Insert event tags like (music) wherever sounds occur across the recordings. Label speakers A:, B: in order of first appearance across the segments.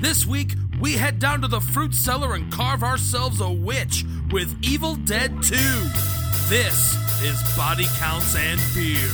A: This week, we head down to the fruit cellar and carve ourselves a witch with Evil Dead 2. This is Body Counts and Beer.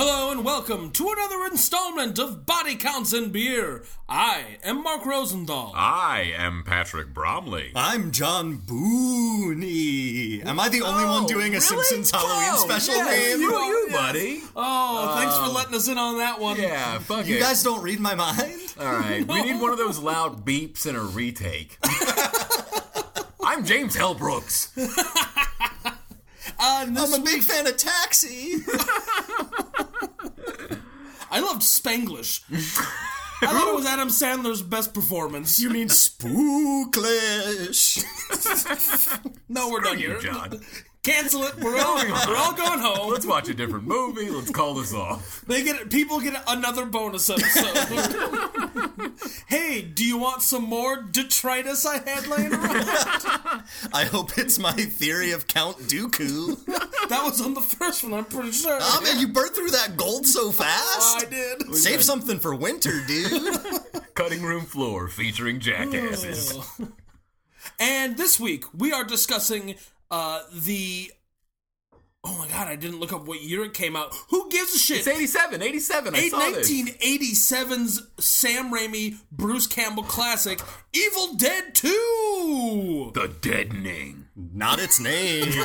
A: Hello and welcome to another installment of Body Counts and Beer. I am Mark Rosendahl.
B: Ah. I am Patrick Bromley.
C: I'm John Booney. Am I the only one doing a Simpsons Halloween special name?
B: you, you,
A: Yeah.
B: buddy.
A: oh, thanks for letting us in on that one.
B: Um, Yeah, fuck
C: You
B: it.
C: guys don't read my mind?
B: All (laughs) right, we need one of those loud beeps and a retake. (laughs) I'm James L. Brooks.
A: On this
C: I'm a big fan of Taxi. (laughs)
A: I loved
B: (laughs)
A: Spanglish. I thought it was Adam Sandler's best performance.
C: you mean Spooklish?
A: no, we're done
B: you,
A: here.
B: John.
A: Cancel it.
B: (laughs)
A: We're all, we're all going home.
B: Let's watch a different movie. Let's call this off.
A: They get people get another bonus episode. hey, do you want some more detritus I had laying around?
C: I hope it's my theory of Count Dooku.
A: That was on the first one. I'm pretty sure.
C: Oh man, you burned through that gold so
A: I
B: Oh,
C: fast.
A: did.
C: Save something for winter, dude.
B: Cutting Room Floor featuring jackasses.
A: And this week we are discussing uh, the. Oh my god! I didn't look up what year it came out. Who gives a shit?
B: It's 87, 87. I
A: Eight-
B: saw this.
A: 1987's Sam Raimi Bruce Campbell classic Evil Dead 2.
B: The Deadening.
C: Not its name.
B: (laughs)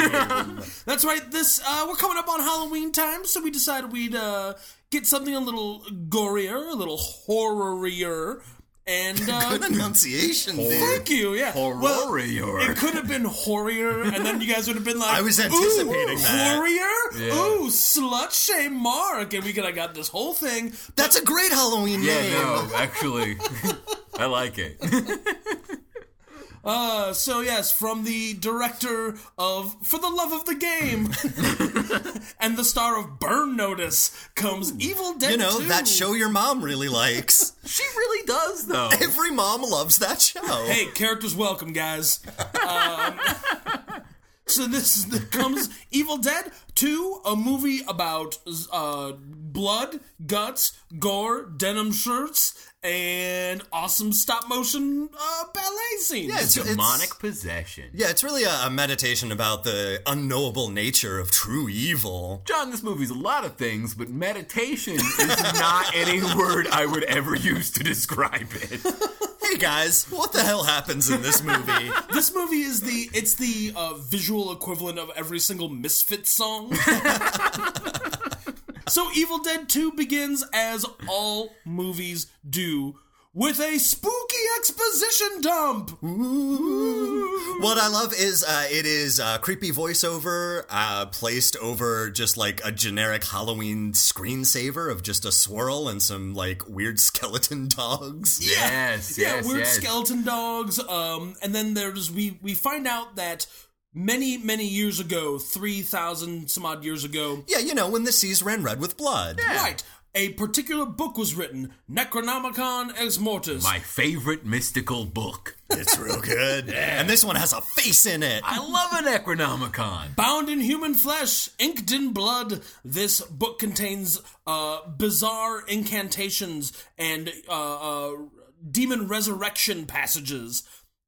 A: That's right. This uh, we're coming up on Halloween time, so we decided we'd uh, get something a little gorier, a little horrorier, and uh,
C: (laughs) Good enunciation, dude.
A: thank you. Yeah, Well,
B: Horrorier.
A: it could have been horrier, and then you guys would have been like,
C: I was
A: "Ooh,
C: anticipating that."
A: horrier.
B: Yeah.
A: Ooh, slut shame, Mark, and we could have got this whole thing.
C: That's a great Halloween
B: yeah, (laughs)
C: name.
B: no, actually, I like it.
A: Uh, So yes, from the director of For the Love of the Game
C: (laughs)
A: (laughs) and the star of Burn Notice comes Evil Dead
C: You know,
A: 2.
C: that show your mom really likes.
B: She really does, though.
C: Every mom loves that show.
A: Hey, characters welcome, guys. Um, (laughs) so this is- comes Evil Dead 2, a movie about uh, blood, guts, gore, denim shirts, and awesome stop motion uh, ballet scenes.
C: Yeah, it's, it's-
B: Demonic possession.
C: yeah, it's really a, a meditation about the unknowable nature of true evil.
B: John, this movie's a lot of things, but meditation is not any word I would ever use to describe it.
C: Hey guys, what the hell happens in this movie?
A: This movie is the it's the uh, visual equivalent of every single Misfit song. so Evil Dead 2 begins as all movies do with a spooky exposition dump.
C: what I love is uh, it is uh, creepy voiceover uh, placed over just like a generic Halloween screensaver of just a swirl and some like weird skeleton (laughs) dogs.
B: Yes,
A: (laughs) yeah,
B: yes,
A: weird
B: yes.
A: skeleton dogs. Um, and then there's we we find out that many many years ago, three thousand some odd years ago,
C: Yeah, you know, when the seas ran red with blood.
A: right, a particular book was written, Necronomicon Ex Mortis.
B: My favorite mystical book.
C: It's real good. And this one has a face in it.
B: I love an Necronomicon.
A: Bound in human flesh, inked in blood, this book contains uh, bizarre incantations and uh, uh, demon resurrection passages.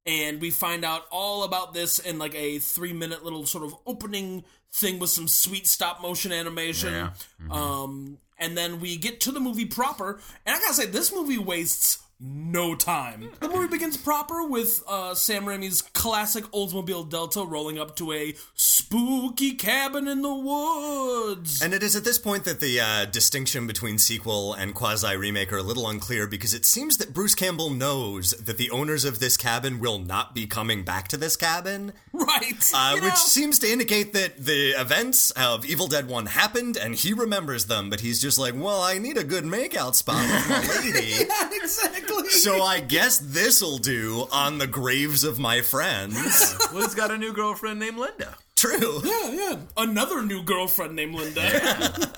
A: And we find out all about this in like a three minute little sort of opening thing with some sweet stop motion animation.
B: Yeah.
A: Um, and then we get to the movie proper. And I gotta say, this movie wastes no time. The movie begins proper with uh, Sam Raimi's classic Oldsmobile Delta rolling up to a spooky cabin in the woods.
C: And it is at this point that the uh, distinction between sequel and quasi remake are a little unclear because it seems that Bruce Campbell knows that the owners of this cabin will not be coming back to this cabin,
A: right.
C: uh,
A: you
C: which
A: know?
C: seems to indicate that the events of Evil Dead 1 happened and he remembers them, but he's just like, well, I need a good makeout spot
A: (laughs)
C: with my lady.
A: (laughs) Yeah, exactly.
C: (laughs) So I guess this'll do on the graves of my
A: (laughs)
C: friends.
B: Liz got a new girlfriend named Linda.
C: True.
A: Yeah, yeah. Another new girlfriend (laughs) named Linda.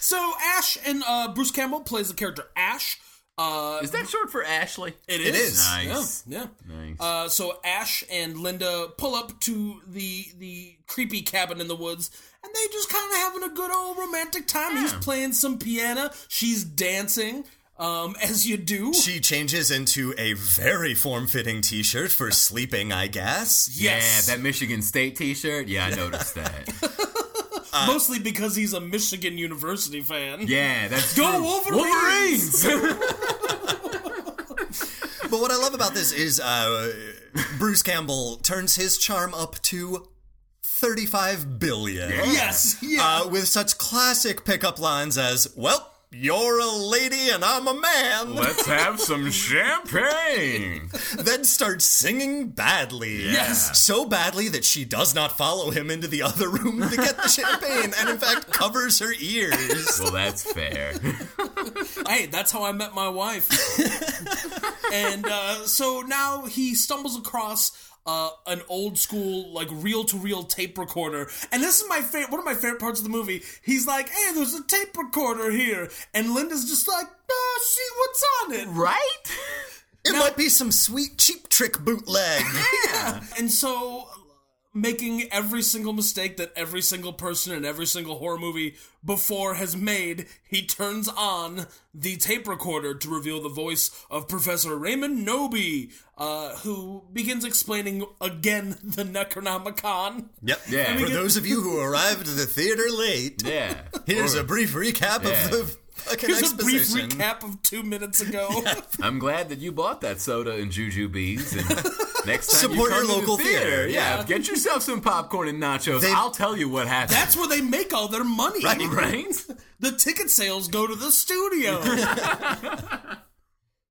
A: so Ash and uh, Bruce Campbell plays the character Ash. Uh,
D: Is that short for Ashley?
A: it is.
C: It is.
D: Nice.
A: Yeah. yeah.
D: Nice.
A: Uh, so Ash and Linda pull up to the the creepy cabin in the woods, and they just kind of having a good old romantic time. He's playing some piano. She's dancing, um, (laughs) as you do.
C: She changes into a very form fitting t shirt for sleeping, I guess.
A: yes.
D: Yeah, that Michigan State T-shirt. Yeah, I noticed that.
A: (laughs) mostly because he's a Michigan University fan.
D: uh, Yeah, that's
A: Go
D: true.
A: Wolverines!
C: But what I love about this is uh, Bruce Campbell turns his charm up to 35 billion.
A: Yes. Yeah.
C: Uh, with such classic pickup lines as, well, you're a lady and I'm a man.
D: Let's have some champagne.
C: (laughs) then starts singing badly.
A: Yes.
C: So badly that she does not follow him into the other room to get the champagne and, in fact, covers her
D: (laughs)
C: ears.
D: Well, that's fair.
A: hey, that's how I met my wife. and uh, so now he stumbles across uh, an old school, like reel to reel tape recorder. And this is my favorite, one of my favorite parts of the movie. He's like, hey, there's a tape recorder here. And Linda's just like, uh, see what's on it.
D: right?
C: It might be some sweet cheap trick bootleg.
A: And so making every single mistake that every single person in every single horror movie before has made, he turns on the tape recorder to reveal the voice of Professor Raymond Noby, uh, who begins explaining again the Necronomicon.
C: Yep.
D: Yeah.
C: For those of you who arrived at the theater late,
D: Yeah.
C: here's
D: Or-
C: a brief recap
D: Yeah.
C: of the fucking
A: Here's a brief
C: exposition.
A: recap of two minutes ago.
D: I'm glad that you bought that soda and Juju Bees.
C: (laughs)
D: And next time you
C: Support
D: come
C: your
D: to the
C: local
D: theater,
C: theater,
D: Yeah. get yourself some popcorn and nachos.
C: They-
D: I'll tell you what
A: (laughs)
D: happened.
A: That's where they make all their money. (laughs)
D: (laughs) right.
A: the ticket sales go to the studio.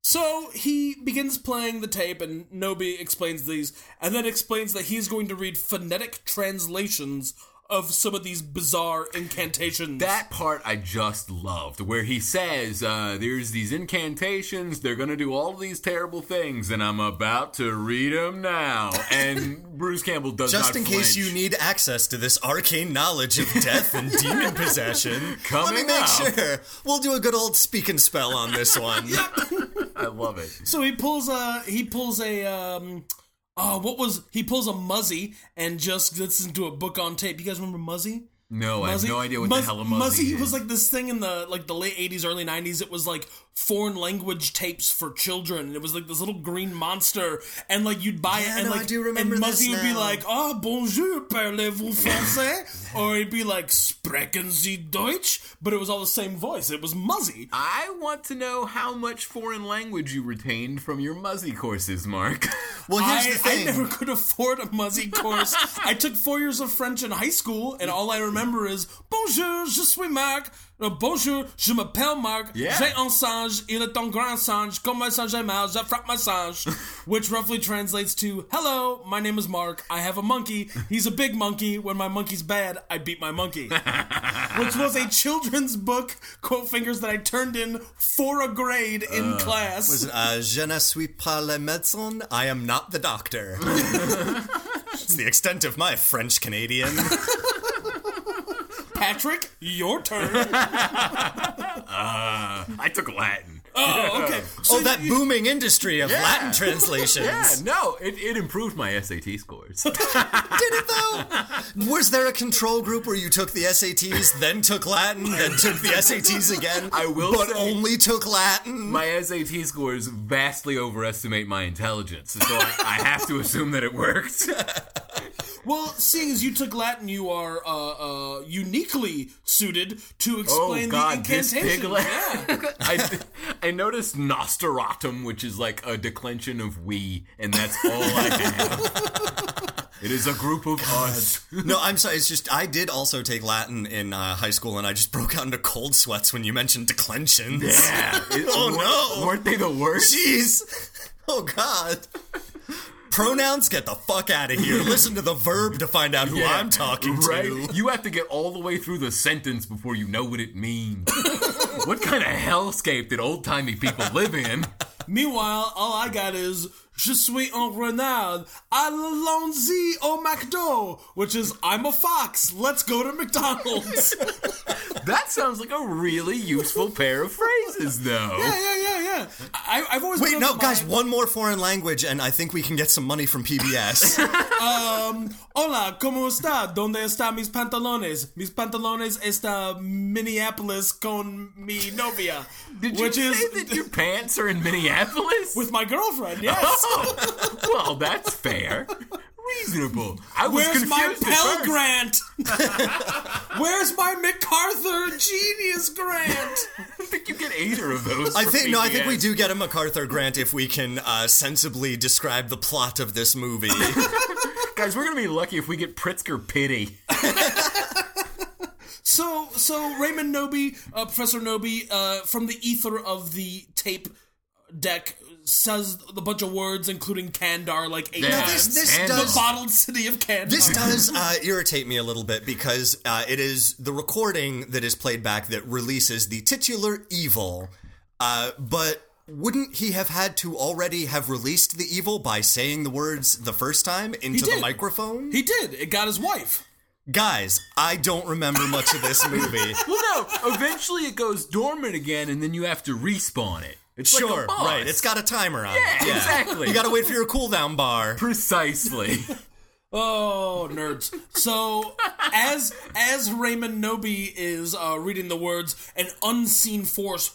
A: so he begins playing the tape, and Nobi explains these, and then explains that he's going to read phonetic translations of some of these bizarre incantations.
D: That part I just loved, where he says, uh, "There's these incantations. They're gonna do all these terrible things, and I'm about to read them now."
C: (laughs)
D: And Bruce Campbell does
C: Just
D: not
C: in case
D: flinch.
C: you need access to this arcane knowledge of
A: (laughs)
C: death and demon possession,
D: Coming
C: let me make
D: up.
C: sure. We'll do a good old speak and spell on this one.
A: (laughs)
D: I love it.
A: so he pulls a he pulls a um. Oh, what was he pulls a muzzy and just gets into a book on tape. You guys remember muzzy?
D: No, I have no idea what
A: Muzz-
D: the hell a
A: Muzzy
D: muzzy is.
A: was like this thing in the like the late eighties, early nineties. It was like foreign language tapes for children, and it was like this little green monster, and like you'd buy
C: Yeah,
A: it, and
C: no, I
A: like
C: do remember
A: and
C: this
A: Muzzy would be
C: now.
A: like, "Ah, bonjour, parlez-vous
C: (laughs)
A: français?" or he'd be like, "Sprechen Sie Deutsch?" But it was all the same voice. It was Muzzy.
D: I want to know how much foreign language you retained from your muzzy courses, Mark. (laughs)
C: Well,
A: I,
C: here's the
A: I
C: thing.
A: never could afford a Muzzy
C: (laughs)
A: course. I took four years of French in high school, and all I remember is Bonjour, je suis Marc. Uh, bonjour, je m'appelle Marc.
D: Yeah.
A: J'ai un singe, il est un grand singe. Comme un singe est mal, je frappe ma
C: (laughs)
A: singe. Which roughly translates to Hello, my name is Mark. I have a monkey. He's a big monkey. When my monkey's bad, I beat my
C: (laughs)
A: monkey. Which was a children's book, quote fingers, that I turned in for a grade in class.
C: Uh, je ne suis pas le médecin. I am not
A: (laughs)
C: the doctor. it's the extent of my French Canadian.
A: Patrick, your turn.
D: I took Latin.
A: Oh, okay. (laughs) So
C: oh, that booming industry of Latin
A: (laughs)
C: translations.
D: Yeah, no, it, it improved my SAT scores. (laughs)
C: Did it though? Was there a control group where you took the SATs, then took Latin, then took the SATs again?
D: I will
C: but
D: say-
C: only took Latin.
D: my SAT scores vastly overestimate my intelligence, so I, I have to assume that it worked.
A: Well, seeing as you took Latin, you are uh, uh, uniquely suited to
D: Oh,
A: explain the incantation.
D: piglet. (laughs) I, I noticed Nosteratum, which is like a declension of we, and that's all I have. it is a group of us.
C: No, I'm sorry. It's just I did also take Latin in uh, high school, and I just broke out into cold sweats when you mentioned declensions.
D: Yeah. It-
C: Oh,
D: weren't-
C: no.
D: Weren't they the worst?
C: Jeez. Oh God. Pronouns, get the fuck out of here. Listen to the verb to find out who
D: Yeah,
C: I'm talking to.
D: Right? You have to get all the way through the sentence before you know what it
C: (laughs)
D: means. what kind of hellscape did old timey people live in?
A: Meanwhile, all I got is Je suis un renard, allons-y au McDo, which is I'm a fox, let's go to McDonald's. yeah,
D: That sounds like a really useful pair of phrases, though.
A: yeah, yeah, yeah. yeah. I, I've always
C: Wait,
A: been
C: no,
A: of the
C: guys,
A: mind-
C: one more foreign language, and I think we can get some money from PBS.
A: Hola, ¿cómo está? ¿Dónde están mis pantalones? Mis pantalones está Minneapolis con mi novia.
B: Did you
A: which
B: say
A: is
B: that your pants are in Minneapolis?
A: (laughs) with my girlfriend, yes.
B: (laughs) oh, well, that's fair, reasonable. I was
A: Where's my
B: confused at
A: Pell
B: first.
A: Grant? (laughs) Where's my MacArthur Genius Grant?
B: I think you get either of those.
C: I
B: from
C: think no, I think we
B: PBS.
C: do get a MacArthur grant if we can uh, sensibly describe the plot of
B: (laughs)
C: this movie.
B: Guys, we're gonna be lucky if we get Pritzker Pity.
A: So, so Raymond Noby, uh, Professor Noby, uh, from the ether of the tape deck, says a bunch of words, including Kandar, like eight
B: Yeah,
C: this-
A: times.
C: this
B: and
C: does-
A: the bottled city of Kandar.
C: This does uh, irritate me a little bit because uh, it is the recording that is played back that releases the titular evil. Uh, but wouldn't he have had to already have released the evil by saying the words the first time into the
A: did.
C: microphone?
A: he did. It got his wife.
C: Guys, I don't remember much of this
B: (laughs)
C: movie.
B: Well, no. Eventually, it goes dormant again, and then you have to respawn it. It's like a
C: sure,
B: boss.
C: right. It's got a timer on
B: Yeah,
C: it.
B: exactly.
C: You gotta wait for your cooldown bar.
B: precisely.
A: Oh, nerds. So, as as Raymond Noby is uh, reading the words, an unseen force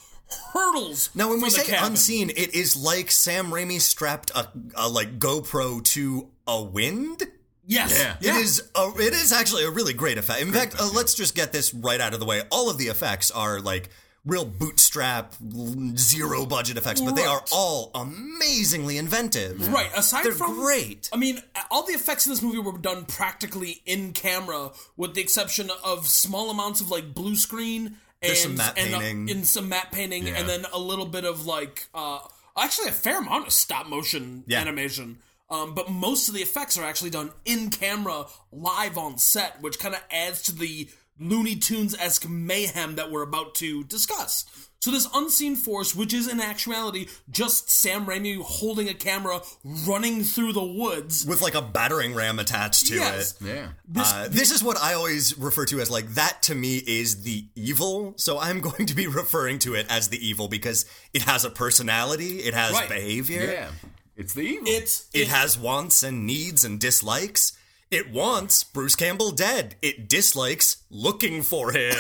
A: hurtles.
C: Now, when
A: from
C: we
A: the
C: say
A: cabin.
C: unseen, it is like Sam Raimi strapped a, a like GoPro to a wind.
A: yes,
B: Yeah.
C: It is a, it is actually a really great effect. In fact, uh, let's just get this right out of the way. All of the effects are like real bootstrap l- zero budget effects, but they are
A: Right.
C: all amazingly inventive.
A: Right. Aside
C: They're
A: from
C: great.
A: I mean, all the effects in this movie were done practically in camera, with the exception of small amounts of like blue screen and
C: some matte
A: and, uh,
C: painting.
A: and some matte painting,
B: Yeah.
A: and then a little bit of like uh, actually a fair amount of stop motion
C: Yeah.
A: animation. Um, but most of the effects are actually done in camera, live on set, which kind of adds to the Looney Tunes esque mayhem that we're about to discuss. So this unseen force, which is in actuality just Sam Raimi holding a camera running through the woods.
C: With like a battering ram attached to
A: Yes.
B: (laughs)
C: it.
B: Yeah.
C: Uh, this is what I always refer to as like that to me is the evil. So I'm (laughs) going to be referring to it as the evil because it has a personality, it has
A: Right.
C: behavior.
B: Yeah. It's the evil.
A: It's
C: It has wants and needs and dislikes. It wants Bruce Campbell dead. It dislikes looking for (laughs) him.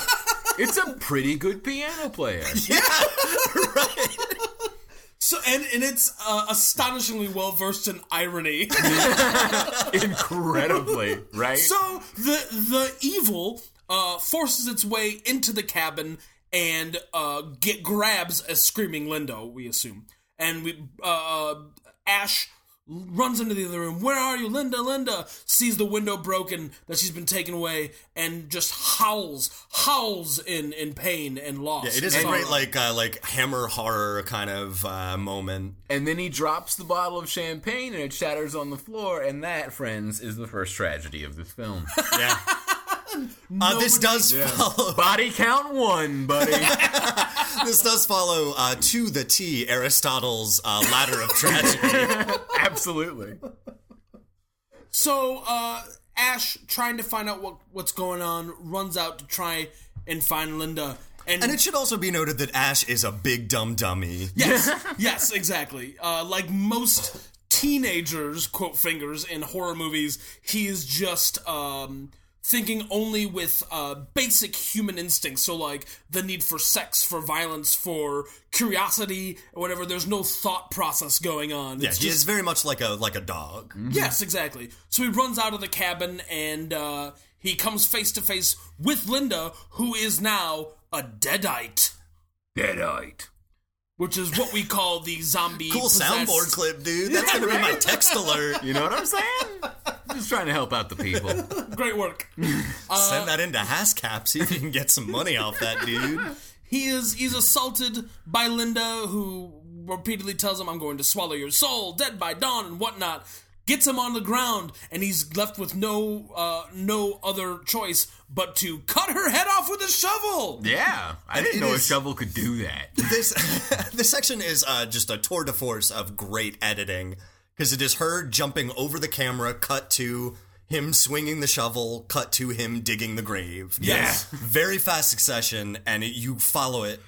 B: (laughs) it's a pretty good piano (laughs) player.
A: so and, and it's uh, astonishingly well versed in irony. (laughs)
B: Incredibly, right?
A: So the the evil uh, forces its way into the cabin and uh, get grabs a screaming Lindo. We assume, and we uh, Ash runs into the other room. Where are you, Linda? Linda sees the window broken that she's been taken away, and just howls, howls in in pain and loss.
C: it is a
A: and
C: great
A: sorrow.
C: like uh, like hammer horror kind of uh, moment.
B: and then he drops the bottle of champagne and it shatters on the floor. And that, friends, is the first tragedy of this (laughs) film.
C: (laughs) Yeah. Uh, this does follow.
B: Body count one, (laughs) buddy.
C: This does follow uh, to the T Aristotle's uh, ladder (laughs) of tragedy.
B: Absolutely.
A: So uh, Ash, trying to find out what what's going on, runs out to try and find Linda. And,
C: and it should also be noted that Ash is a big dumb dummy. (laughs)
A: Yes, yes, exactly. Uh, like most teenagers, quote fingers in horror movies, he is just um, thinking only with uh, basic human instincts. So, like the need for sex, for violence, for curiosity, or whatever. There's no thought process going on.
C: Yeah,
A: It's just-
C: he
A: Mm-hmm.
C: is very much like a like a dog.
A: Yes, exactly. So he runs out of the cabin and uh, he comes face to face with Linda, who is now a deadite,
B: Deadite.
A: which is what we call the zombie.
C: (laughs) Cool
A: possessed-
C: soundboard clip, dude. That's gonna
A: (laughs)
C: be my text alert.
B: You know what I'm saying? (laughs) Just trying to help out the people.
A: Great work.
C: Send that into Hascap, see if you can get some money off that dude.
A: He is he's assaulted by Linda, who repeatedly tells him, "I'm going to swallow your soul, dead by dawn, and whatnot." Gets him on the ground, and he's left with no uh, no other choice but to cut her head off with a shovel.
B: Yeah. I
C: it
B: didn't know
C: is-
B: a shovel could do that.
C: This (laughs) this section is uh, just a tour de force of great editing because it is her jumping over the camera, cut to him swinging the shovel, cut to him digging the grave.
A: Yes.
C: very fast succession, and it, you follow it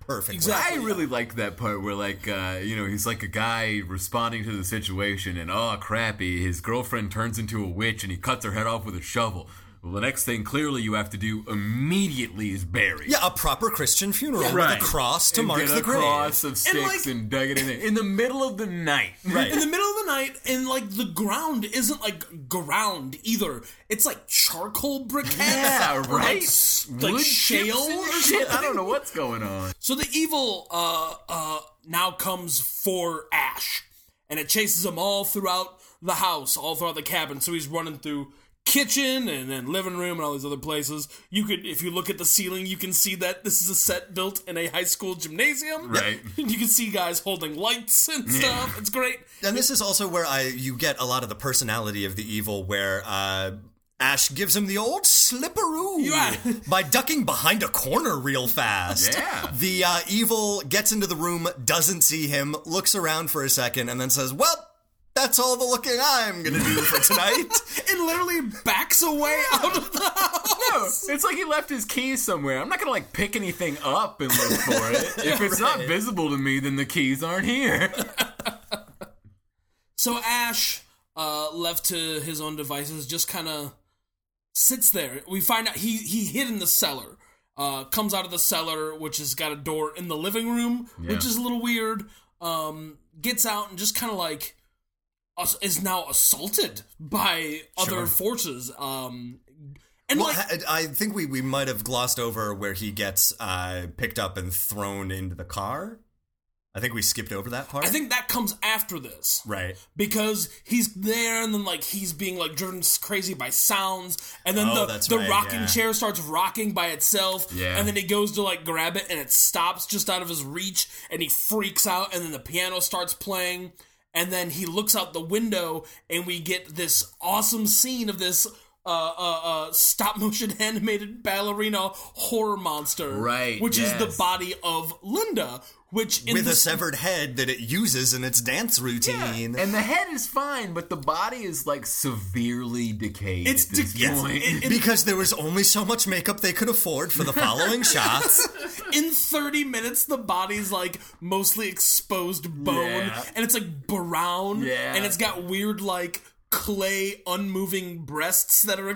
C: perfectly.
A: Exactly.
B: I really liked that part where, like, uh, you know, he's like a guy responding to the situation, and oh, crappy, his girlfriend turns into a witch and he cuts her head off with a shovel. Well, the next thing clearly you have to do immediately is bury.
C: Yeah, a proper Christian funeral
B: Right.
C: with a cross to
B: and
C: mark
B: get
C: the
B: a
C: grave.
B: cross of sticks and,
A: like-
B: dug it in there. in the middle of the night.
C: Right.
A: in the middle of the night and like the ground isn't like ground either it's like charcoal briquettes
B: Yeah,
A: or, like,
B: right.
A: s- like,
B: Wood chips
A: shale
B: and
A: or
B: shit. I
A: something.
B: don't know what's going on.
A: so the evil uh uh now comes for ash and it chases him all throughout the house all throughout the cabin so he's running through kitchen and then living room and all these other places you could if you look at the ceiling you can see that this is a set built in a high school gymnasium
B: Right.
A: (laughs) you can see guys holding lights and stuff it's great
C: And this is also where I you get a lot of the personality of the evil, where uh, Ash gives him the old slipperoo
A: Yeah.
C: (laughs) by ducking behind a corner real fast.
B: Yeah.
C: The uh, evil gets into the room, doesn't see him, looks around for a second, and then says, "Well, that's all the looking I'm gonna do for tonight."
B: (laughs)
A: and literally backs away out of the
B: No, (laughs) it's like he left his keys somewhere. I'm not gonna like pick anything up and look for (laughs) it. If it's not visible to me, then the keys aren't here.
A: so ash uh left to his own devices just kind of sits there we find out he he hid in the cellar uh comes out of the cellar which has got a door in the living room which
B: Yeah.
A: is a little weird um gets out and just kind of like ass- is now assaulted by other forces um and
C: Well,
A: like
C: I, I think we, we might have glossed over where he gets uh, picked up and thrown into the car. I think we skipped over that part.
A: i think that comes after this
C: right.
A: because he's there and then like he's being like driven crazy by sounds and then
C: Oh,
A: the,
C: that's
A: the
C: right,
A: rocking
C: yeah.
A: chair starts rocking by itself
B: Yeah.
A: and then he goes to like grab it and it stops just out of his reach and he freaks out and then the piano starts playing and then he looks out the window and we get this awesome scene of this uh, uh, uh, stop motion (laughs) animated ballerina horror monster,
B: Right,
A: Which is
B: yes.
A: the body of Linda, which in
C: With a
A: this-
C: severed head that it uses in its dance routine.
B: And the head is fine, but the body is like severely decayed.
C: (laughs)
A: It's
B: at this
A: de- yes,
B: point.
A: it-
C: because there was only so much makeup they could afford
A: (laughs)
C: for the following shots.
A: in 30 minutes the body's like mostly exposed bone
B: Yeah.
A: and it's like brown
B: Yeah.
A: and it's got weird like clay unmoving breasts that are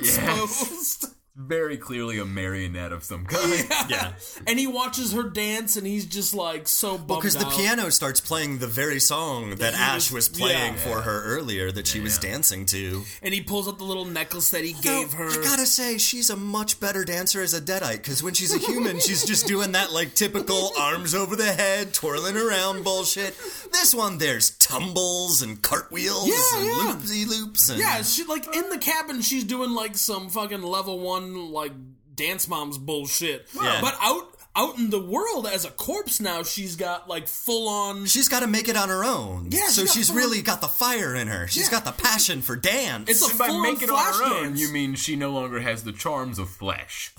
A: exposed
B: Very clearly a marionette of some kind.
C: (laughs) Yeah.
A: (laughs) and he watches her dance and he's just like so bummed
C: Because the
A: out.
C: piano starts playing the very song that
A: he
C: Ash
A: was-
C: was playing
A: yeah.
C: for her earlier that she was dancing to.
A: and he pulls up the little necklace that he gave
C: Though,
A: her
C: I gotta say, she's a much better dancer as a deadite because when she's a human, she's just doing that
A: (laughs)
C: like typical arms over the head, twirling around bullshit. This one, there's tumbles and cartwheels
A: Yeah,
C: and
A: yeah.
C: loopsy loops and
A: yeah she like in the cabin she's doing like some fucking level one like dance mom's bullshit
C: Yeah.
A: but out out in the world as a corpse now she's got like full on
C: She's got to make it on her own.
A: Yeah,
C: so
A: she's got
C: she's
A: full-
C: really got the fire in her. She's
A: Yeah.
C: got the passion for dance.
A: It's a-
B: And by
A: Full-on
B: make it on her own,
A: Flashdance.
B: you mean she no longer has the charms of (laughs) flesh.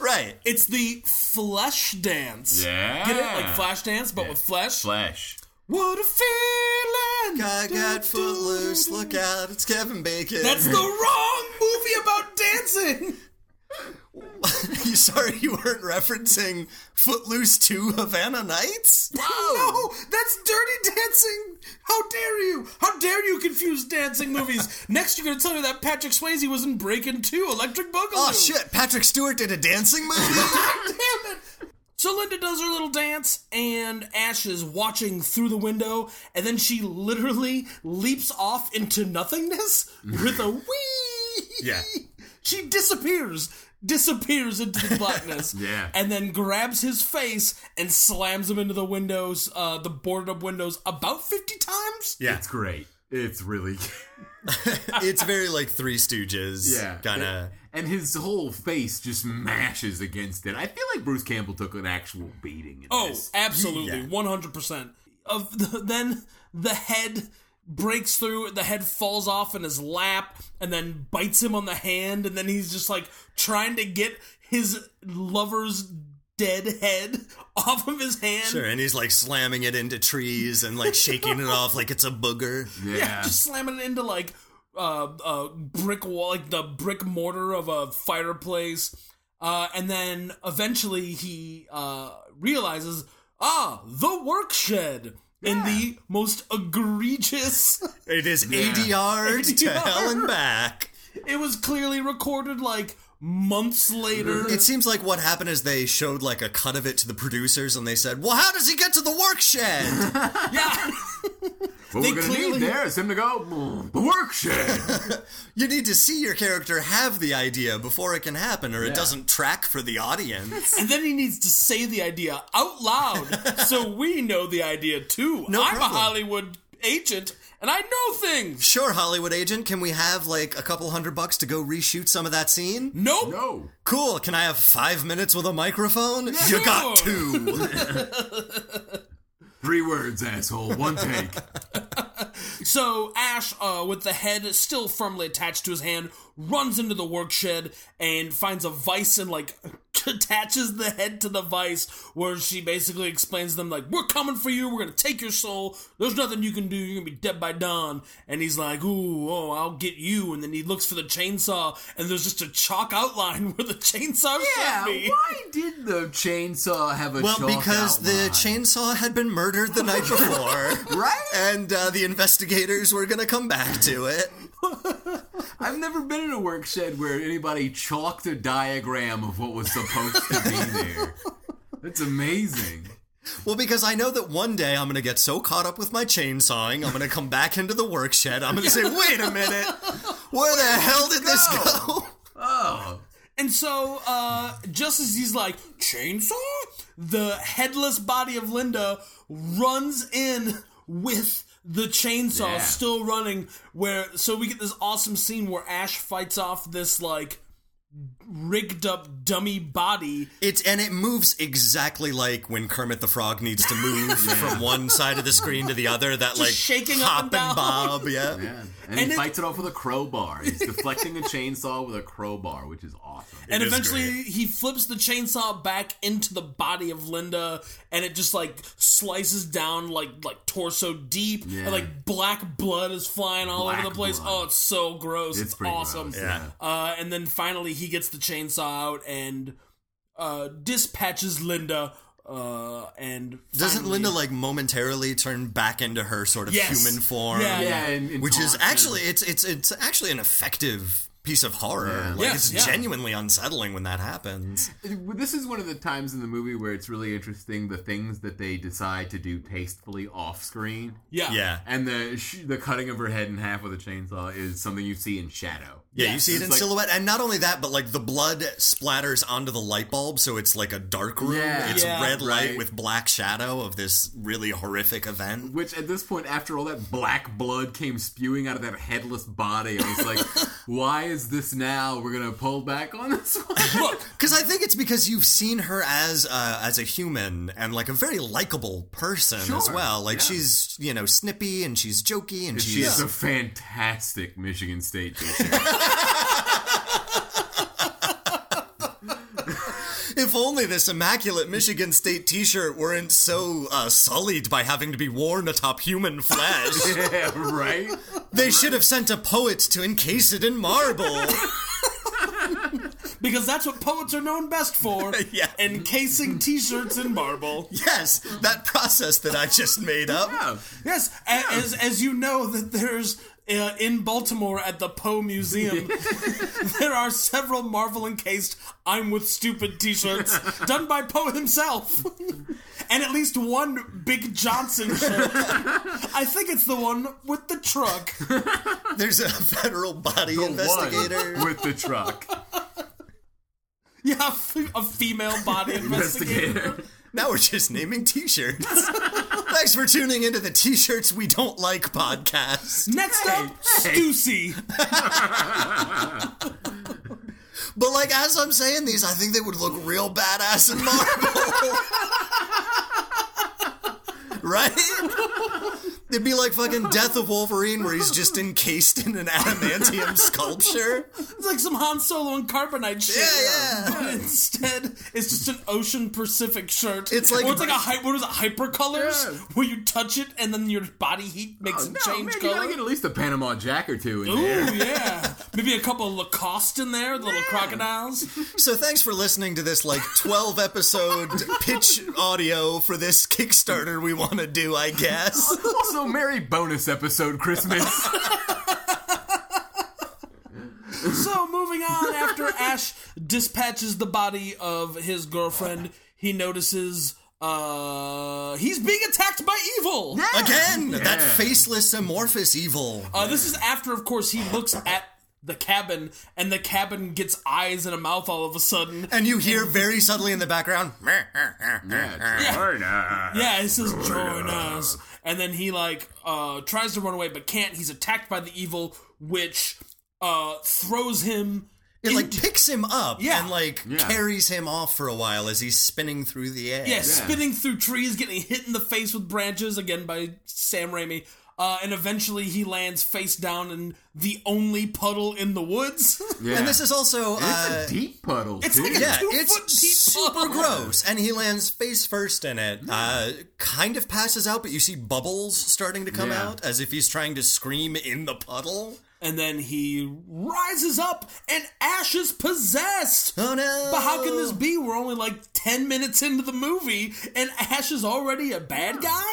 C: right.
A: (laughs) It's the flesh dance.
B: Yeah.
A: Get it? Like flash dance, but with flesh.
B: Flesh.
A: What a feeling!
C: I got footloose. Look out! It's Kevin Bacon.
A: That's the wrong movie about dancing!
C: (laughs) you sorry you weren't referencing Footloose 2 Havana
A: (laughs)
C: Nights?
A: No! That's dirty dancing! How dare you! How dare you confuse dancing movies! Next, you're gonna tell me that Patrick Swayze was in Breaking 2 Electric Boogaloo!
C: Oh shit! Patrick Stewart did a dancing movie.
A: Damn it! So Linda does her little dance, and Ash is watching through the window, and then she literally leaps off into nothingness with a wee.
C: Yeah.
A: She disappears, disappears into the blackness.
B: Yeah.
A: And then grabs his face and slams him into the windows, uh, the boarded up windows, about fifty times.
C: Yeah.
B: It's great. It's really
C: (laughs)
B: (laughs)
C: it's very like Three Stooges.
B: Yeah.
C: kind of.
B: And his whole face just mashes against it. I feel like Bruce Campbell took an actual beating in
A: Oh,
B: this.
A: absolutely,
C: Yeah.
A: one hundred percent. Of the, then the head breaks through, the head falls off in his lap, and then bites him on the hand, and then he's just like trying to get his lover's dead head (laughs) off of his hand.
C: Sure, and he's like slamming it into trees and like shaking it off like it's a booger.
B: Yeah.
A: Yeah, (laughs) just slamming it into like uh, uh brick wall, like the brick mortar of a fireplace. Uh, and then eventually he uh, realizes, ah, the workshed in the most
C: (laughs)
A: egregious.
C: It is
D: Yeah.
C: ADR,
A: (laughs)
C: to
A: ADR.
C: hell and back.
A: it was clearly recorded like months
C: (laughs)
A: later.
C: It seems like what happened is they showed like a cut of it to the producers and they said, Well, how does he get to the workshed?
A: yeah.
D: What
A: They
D: we're gonna
A: clearly-
D: need there is him to go "Mm, the workshed.
C: you need to see your character have the idea before it can happen or it doesn't track for the audience.
A: And then he needs to say the idea out
C: (laughs)
A: loud so we know the idea too.
C: No
A: I'm
C: problem.
A: a Hollywood agent and I know things.
C: (laughs) Sure, Hollywood agent, can we have like a couple hundred bucks to go reshoot some of that scene?
A: Nope.
D: (laughs) no,
C: Cool, can I have five minutes with a microphone? You got (laughs) two.
D: three words, asshole. One take.
A: So Ash, uh, with the head still firmly attached to his hand, runs into the workshed and finds a vice and like (laughs) attaches the head to the vice, where she basically explains to them like, "We're coming for you. We're gonna take your soul. There's nothing you can do. You're gonna be dead by dawn." And he's like, "Ooh, oh, I'll get you." And then he looks for the chainsaw, and there's just a chalk outline (laughs) where the chainsaw
D: (laughs) Yeah,
A: should be.
D: why did the chainsaw have a
C: Well,
D: chalk
C: because the
D: outline?
C: chainsaw had been murdered the night before.
D: Right?
C: And uh, the investigators were going to come back to it.
D: I've never been in a workshed where anybody chalked a diagram of what was supposed to
C: (laughs)
D: be there. That's amazing.
C: Well, because I know that one day I'm going to get so caught up with my chainsawing, I'm going to come back into the workshed. I'm
A: (laughs)
C: going to say, wait a minute, where the hell did this go?
D: Oh,
A: And so, uh, just as he's like, chainsaw, the headless body of Linda runs in with the chainsaw
D: Yeah.
A: still running. Where so we get this awesome scene where Ash fights off this like rigged up dummy body.
C: It's and it moves exactly like when Kermit the Frog needs
A: (laughs)
C: to move from one side of the screen to the other. That like
A: shaking up
C: hop
A: and down. (laughs)
C: bob, yeah.
D: yeah. And,
A: And
D: he
A: it-
D: fights it off with a crowbar. He's deflecting a chainsaw with a crowbar, which is awesome.
A: and
C: is
A: eventually
C: great.
A: he flips the chainsaw back into the body of Linda, and it just like slices down like like torso deep,
D: Yeah.
A: and like black blood is flying all
D: Black
A: over the place.
D: blood.
A: Oh, it's so gross!
D: It's
A: It's,
D: pretty
A: awesome.
D: gross, yeah.
A: Uh, and then finally he gets the chainsaw out and uh, dispatches Linda. Uh, and
C: Doesn't
A: finally-
C: Linda like momentarily turn back into her sort of
A: Yes.
C: human form?
A: Yeah,
D: yeah, and, and
C: which is
D: taunts him.
C: actually it's it's it's actually an effective piece of horror. Like
A: Yeah,
C: it's
A: yeah.
C: genuinely unsettling when that happens.
D: This is one of the times in the movie where it's really interesting the things that they decide to do tastefully off screen.
A: Yeah.
C: Yeah.
D: And the sh- the cutting of her head in half with a chainsaw is something you see in Shadow.
C: Yeah, you
A: Yes.
C: see it
D: It's
C: in
D: like-
C: silhouette, and not only that, but like the blood splatters onto the light bulb, so it's like a dark room.
D: Yeah.
C: it's
A: Yeah.
C: red light
D: Right.
C: with black shadow of this really horrific event.
D: Which at this point, after all that black blood came spewing out of that headless body, I was like, why is this now? We're gonna pull back on this one.
A: Look,
C: Because I think it's because you've seen her as uh, as a human and like a very likable person as
D: Sure.
C: well. Like
D: Yeah.
C: she's you know snippy and she's jokey and
D: She
C: she's
D: is a fantastic Michigan State teacher. (laughs)
C: If only this immaculate Michigan State T-shirt weren't so uh, sullied by having to be worn atop
D: (laughs)
C: human flesh.
D: yeah, right?
C: they should have sent a poet to encase it in marble.
A: because that's what poets are known best
D: (laughs)
A: for.
C: Yeah.
A: Encasing t shirts in marble.
C: yes, that process that I just made up.
D: Mm-hmm. Yeah.
A: Yes, a- as as you know that there's uh, in Baltimore at the Poe
D: (laughs)
A: Museum, (laughs) there are several Marvel encased "I'm with Stupid"
D: (laughs)
A: T-shirts done by Poe himself, (laughs) and at least one Big Johnson
D: (laughs)
A: shirt. I think it's the one with the truck.
C: There's a federal body
D: The
C: investigator.
D: one with the truck.
A: Yeah, f- a female body investigator.
D: Investigator.
C: Now we're just naming T-shirts.
D: (laughs)
C: Thanks for tuning into the T-shirts we don't like podcast.
A: Next up,
D: Hey, hey.
A: Stussy.
C: But like as I'm saying these, I think they would look real badass in marble. (laughs) right? It'd be like fucking Death of Wolverine, where he's just encased in an adamantium sculpture.
A: It's like some Han Solo and Carbonite shit.
C: Yeah, yeah.
A: But (laughs) instead, it's just an Ocean Pacific shirt.
C: It's like-
A: or it's like a hy- what is it? Hypercolors,
B: Yeah.
A: where you touch it and then your body heat makes
B: Oh,
A: it
B: no,
A: change
B: man, you
A: color.
B: gotta get at least a Panama Jack or two in
A: Ooh,
B: there. (laughs)
A: yeah. Maybe a couple of Lacoste in there, the little crocodiles.
C: So thanks for listening to this like 12 episode pitch audio for this Kickstarter we want to do, I guess.
B: Also, merry bonus episode
A: (laughs)
B: Christmas.
A: So, moving on, after Ash dispatches the body of his girlfriend, he notices uh, he's being attacked by evil.
C: Again, that
B: Yeah.
C: faceless amorphous evil.
A: Uh, this is after, of course, he looks at the cabin, and the cabin gets eyes and a mouth all of a sudden.
C: And you hear very subtly in the background, (laughs)
A: Yeah, it says join us, and then he like uh, tries to run away but can't. He's attacked by the evil, which uh, throws him.
C: it like
A: into-
C: picks him up
A: Yeah.
C: and like
B: Yeah.
C: carries him off for a while as he's spinning through the air.
A: yeah, spinning through trees, getting hit in the face with branches again by Sam Raimi. Uh, and eventually he lands face down in the only puddle in the woods.
B: Yeah.
C: And this is also uh,
B: it's a deep puddle.
A: it's
B: too.
A: like a
C: yeah,
A: (laughs) two foot deep
C: it's super
A: puddle.
C: gross. And he lands face first in it. Uh, kind of passes out, but you see bubbles starting to come
B: Yeah.
C: out as if he's trying to scream in the puddle.
A: and then he rises up and Ash is possessed.
C: Oh no!
A: But how can this be? We're only like 10 minutes into the movie and Ash is already a bad guy?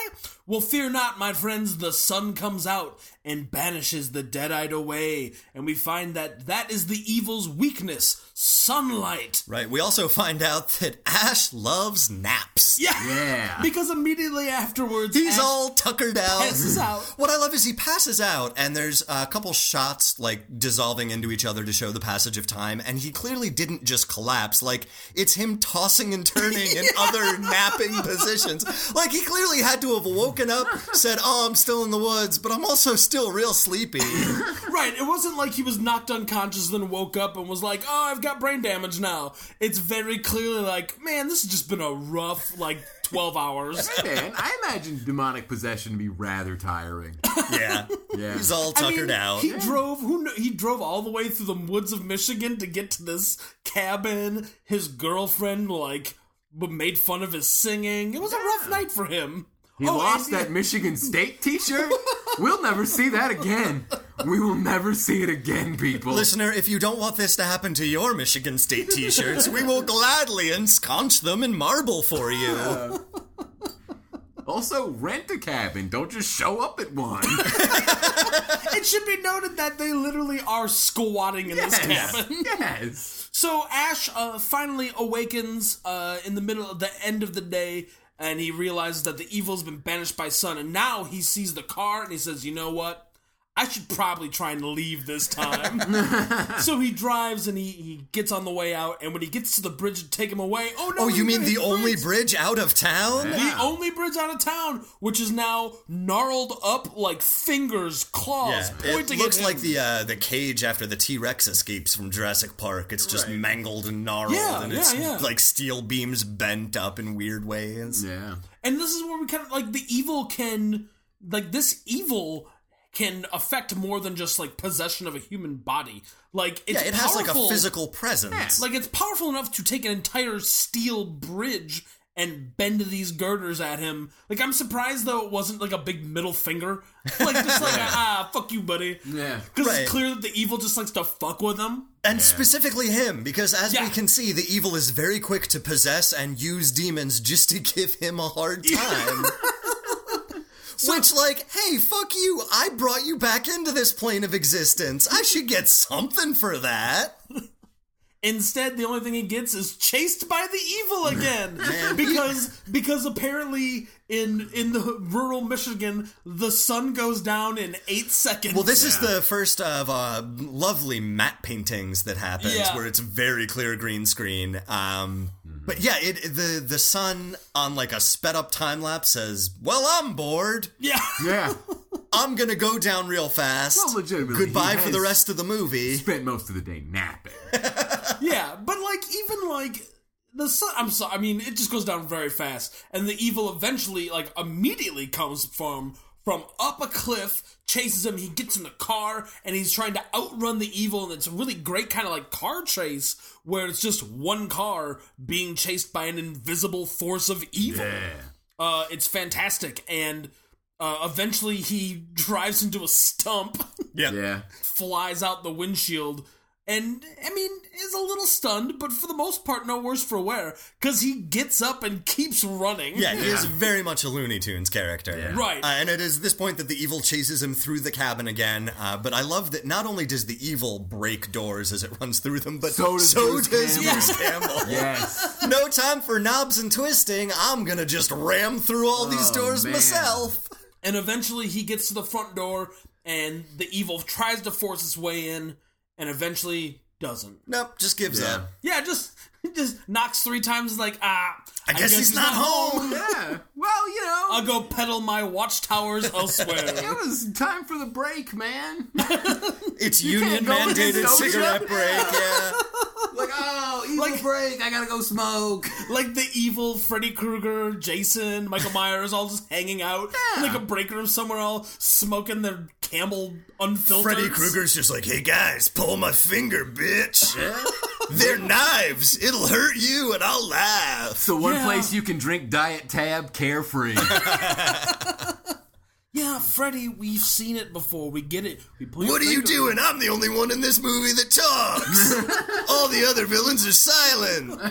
A: Well, fear not, my friends. The sun comes out and banishes the dead-eyed away. And we find that that is the evil's weakness sunlight.
C: Right. We also find out that Ash loves naps.
A: Yeah.
B: Yeah.
A: (laughs) because immediately afterwards,
C: He's
A: Ash
C: all tuckered out. (laughs)
A: passes out.
C: What I love is he passes out, and there's a couple shots like dissolving into each other to show the passage of time. And he clearly didn't just collapse; like it's him tossing and turning
A: (laughs)
C: in other napping positions. Like he clearly had to have woken up, said, "Oh, I'm still in the woods, but I'm also still real sleepy."
A: Right, it wasn't like he was knocked unconscious, then woke up and was like, "Oh, I've got brain damage now." It's very clearly like, man, this has just been a rough like twelve
C: (laughs)
A: hours.
B: Man, I imagine demonic possession to be rather
A: (laughs)
B: tiring.
C: yeah,
B: Yeah.
C: (laughs) he's all
A: I
C: tuckered
A: mean,
C: out.
A: he drove who kn- he drove all the way through the woods of Michigan to get to this cabin. His girlfriend like b- made fun of his singing. It was a rough night for him.
B: He
A: Oh,
B: lost
A: and-
B: that Michigan State T-shirt. we'll never see that again. We will never see it again, people.
C: Listener, if you don't want this to happen to your Michigan State t shirts, we will gladly ensconce them in marble for you.
A: Oh,
B: Also, rent a cabin. Don't just show up at
A: (laughs)
B: one.
A: It should be noted that they literally are squatting in this cabin.
B: yes.
A: So Ash uh, finally awakens uh, in the middle of the end of the day, and he realizes that the evil's been banished by sun, and now he sees the car and he says, "You know what? I should probably try and leave this time."
C: (laughs)
A: so he drives and he, he gets on the way out, and when he gets to the bridge to take him away, oh no!
C: Oh, you
A: he
C: mean
A: hit
C: the only
A: bridge.
C: bridge out of town?
A: The only bridge out of town, which is now gnarled up like fingers, claws,
C: It
A: pointing
C: looks
A: at him.
C: like the uh, the cage after the T Rex escapes from Jurassic Park. It's just mangled and gnarled,
A: Yeah,
C: and
A: yeah,
C: it's
A: yeah.
C: like steel beams bent up in weird ways.
B: Yeah.
A: And this is where we kind of like the evil can like this evil can affect more than just like possession of a human body. Like it's
C: Yeah, it has
A: powerful,
C: like a physical presence.
A: like it's powerful enough to take an entire steel bridge and bend these girders at him. Like I'm surprised though it wasn't like a big middle finger. Like just
C: (laughs)
A: like ah fuck you buddy.
B: Yeah.
A: Because
C: Right.
A: it's clear that the evil just likes to fuck with him.
C: and specifically him, because as we
A: Yeah.
C: can see, the evil is very quick to possess and use demons just to give him a hard
A: (laughs)
C: time. (laughs) Which, like, hey, fuck you, I brought you back into this plane of existence. I should get something for that.
A: Instead, the only thing he gets is chased by the evil again because because apparently in in the rural Michigan, the sun goes down in eight seconds.
C: Well, this is the first of uh, lovely matte paintings that happens,
A: Yeah.
C: where it's very clear green screen. Um, But yeah, it, the the sun on like a sped up time lapse says, "Well, I'm bored.
A: yeah,
B: Yeah.
C: I'm gonna go down real fast.
B: Well, legitimately, he
C: Goodbye for
B: has
C: the rest of the movie."
B: Spent most of the day
A: (laughs)
B: napping.
A: yeah. But like even like the sun, I'm sorry. I mean, it just goes down very fast, and the evil eventually like immediately comes from from up a cliff, chases him. He gets in the car and he's trying to outrun the evil. And it's a really great kind of like car chase where it's just one car being chased by an invisible force of evil.
D: Yeah.
A: Uh, it's fantastic. And uh, eventually he drives into a stump, (laughs)
D: Yeah.
A: flies out the windshield. And I mean, is a little stunned, but for the most part, no worse for wear, because he gets up and keeps running.
C: Yeah, he is very much a Looney Tunes character.
D: Yeah.
A: Right.
C: Uh, and it is this point that the evil chases him through the cabin again. Uh, but I love that not only does the evil break doors as it runs through them, but
D: So does Bruce
C: does
D: Campbell.
C: Bruce Campbell.
D: Yes.
C: No time for knobs and twisting. I'm going to just ram through all these
D: Oh,
C: doors
D: man.
C: myself.
A: And eventually he gets to the front door and the evil tries to force its way in and eventually doesn't.
C: Nope, just gives
D: Yeah.
C: up.
A: Yeah, just (laughs) just knocks three times like ah
C: I, guess, he's, not home.
D: yeah. Well, you know.
A: I'll go peddle my watchtowers elsewhere.
C: (laughs)
D: it was time for the break, (laughs) man.
C: It's
D: can't
C: union
D: go with
C: mandated
D: this
C: cigarette
D: notion.
C: break.
D: (laughs)
C: Yeah.
D: Like, oh, evil
A: Like-
D: break. I gotta go smoke.
A: like the evil Freddy Krueger, Jason, Michael Myers all just hanging out in, like a break room somewhere all smoking their camel unfiltered.
C: Freddy Krueger's just like, hey guys, pull my finger, bitch. They're knives. It'll hurt you and I'll
D: (laughs)
C: laugh.
D: So one
A: Yeah.
D: place you can drink Diet Tab (laughs) carefree.
A: Yeah, Freddy, we've seen it before. We get it. We put
C: What are you doing? I'm the only one in this movie
D: (laughs)
C: that talks. All the other villains are silent.
D: (laughs)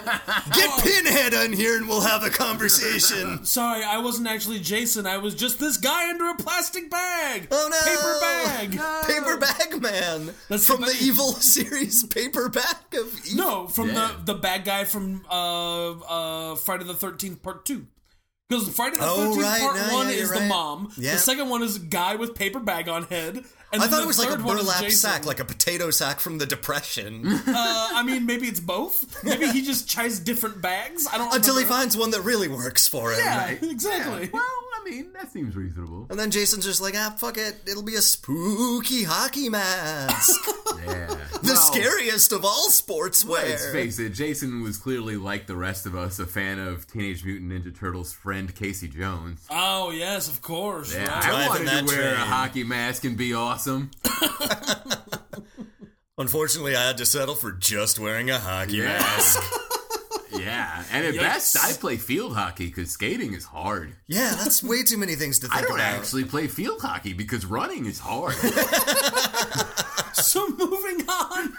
C: Get Pinhead on here and we'll have a conversation.
A: Sorry, I wasn't actually Jason. I was just this guy under a plastic bag.
C: Oh, no.
A: Paper bag. No,
C: Paper Bag Man.
A: That's
C: from
A: the
C: the,
A: best.
C: evil (laughs) series Paper Bag of E- Evil.
A: from
D: Yeah.
A: the the bad guy from uh uh Friday the Thirteenth Part Two. Because Friday the
C: Oh,
A: Thirteenth
C: right.
A: Part
C: No,
A: One
C: yeah,
A: is
C: you're
A: the
C: right.
A: mom.
C: Yeah.
A: The second one is guy with paper bag on head. And
C: I
A: then
C: thought
A: the
C: it was like a
A: third one is
C: burlap
A: Jason.
C: sack, like a potato sack from the
A: (laughs)
C: Depression.
A: Uh, I mean, maybe it's both. Maybe he just tries different bags. I don't
C: Until he
A: remember.
C: finds one that really works for him.
A: Yeah, exactly.
D: Yeah. Well, I mean, that seems (laughs) reasonable.
C: And then Jason's just like, ah, fuck it. It'll be a spooky hockey mask.
A: (laughs)
D: Yeah.
C: the scariest of all
D: Let's
C: sportswear.
D: face it, Jason was clearly, like the rest of us, a fan of Teenage Mutant Ninja Turtles' friend Casey Jones.
A: Oh yes, of course.
D: Yeah,
A: right.
D: I
C: Driving
D: wanted to
C: that
D: wear a
C: train.
D: hockey mask and be awesome.
C: Unfortunately, I had to settle for just wearing a hockey
D: Yeah.
C: mask.
D: (laughs) Yeah, and at
A: Yikes.
D: best, I play field hockey because skating is hard.
C: Yeah, that's way too
A: (laughs)
C: many things to think
D: I don't
C: about.
D: actually play field hockey because running is hard.
A: So moving on,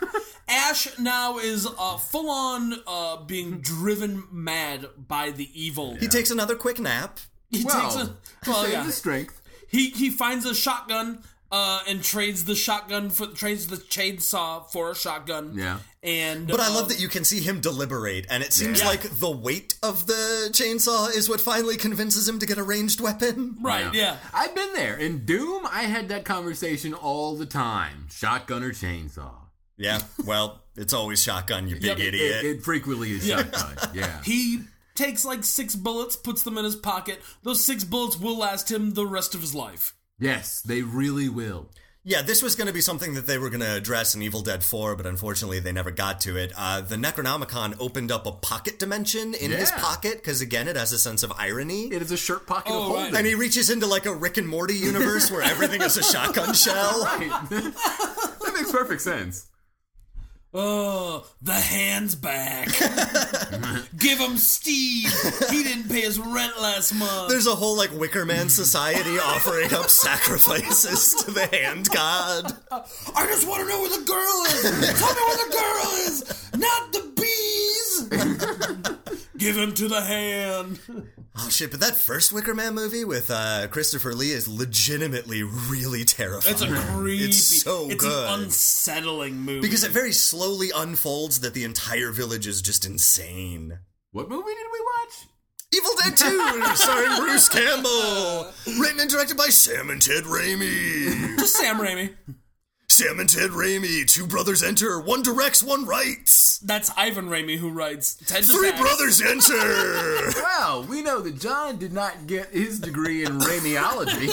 A: Ash now is uh, full on uh, being driven mad by the evil.
C: He takes another quick nap.
A: He takes
D: well,
A: a well,
D: save
C: (laughs)
A: yeah.
D: the strength.
A: He he finds a shotgun uh, and trades the shotgun for trades the chainsaw for a shotgun.
D: Yeah.
A: and
C: But I
A: uh,
C: love that you can see him deliberate, and it seems
D: Um, Yeah.
C: like the weight of the chainsaw is what finally convinces him to get a ranged weapon.
A: right. Yeah,
D: I've been there. In Doom, I had that conversation all the time shotgun or chainsaw.
C: Yeah, well, it's always shotgun, you big
A: Yep.
C: idiot.
D: It, it frequently is shotgun.
A: (laughs)
D: Yeah.
A: he takes like six bullets, puts them in his pocket. Those six bullets will last him the rest of his life.
D: Yes, they really will.
C: Yeah, this was going to be something that they were going to address in Evil Dead 4, but unfortunately they never got to it. Uh, the Necronomicon opened up a pocket dimension in his
D: Yeah.
C: pocket, because again, it has a sense of irony.
D: It is a shirt pocket
A: Oh,
D: of holding.
A: right.
C: and he reaches into like a Rick and Morty universe where everything is a shotgun shell.
D: (laughs) Right. (laughs) that makes perfect sense.
A: Oh, the hands back. Give him Steve. He didn't pay his rent last month.
C: There's a whole like Wicker Man society offering up sacrifices to the hand god.
A: I just want to know where the girl is. Tell me where the girl is, not the bees. Give him to the hand.
C: Oh shit, but that first Wicker Man movie with uh, Christopher Lee is legitimately really terrifying.
A: It's a creepy.
C: It's so
A: it's
C: good.
A: an unsettling movie.
C: Because it very slowly unfolds that the entire village is just insane.
D: What movie did we watch?
C: Evil Dead 2, (laughs) starring Bruce Campbell, written and directed by Sam and Ted Raimi.
A: just
C: (laughs)
A: Sam Raimi.
C: Sam and Ted Raimi, two brothers enter, one directs, one writes.
A: That's Ivan Raimi who writes. Ted just
C: Three
A: acts.
C: brothers enter.
D: Well, we know that John did not get his degree
A: (laughs)
D: in Ramiology.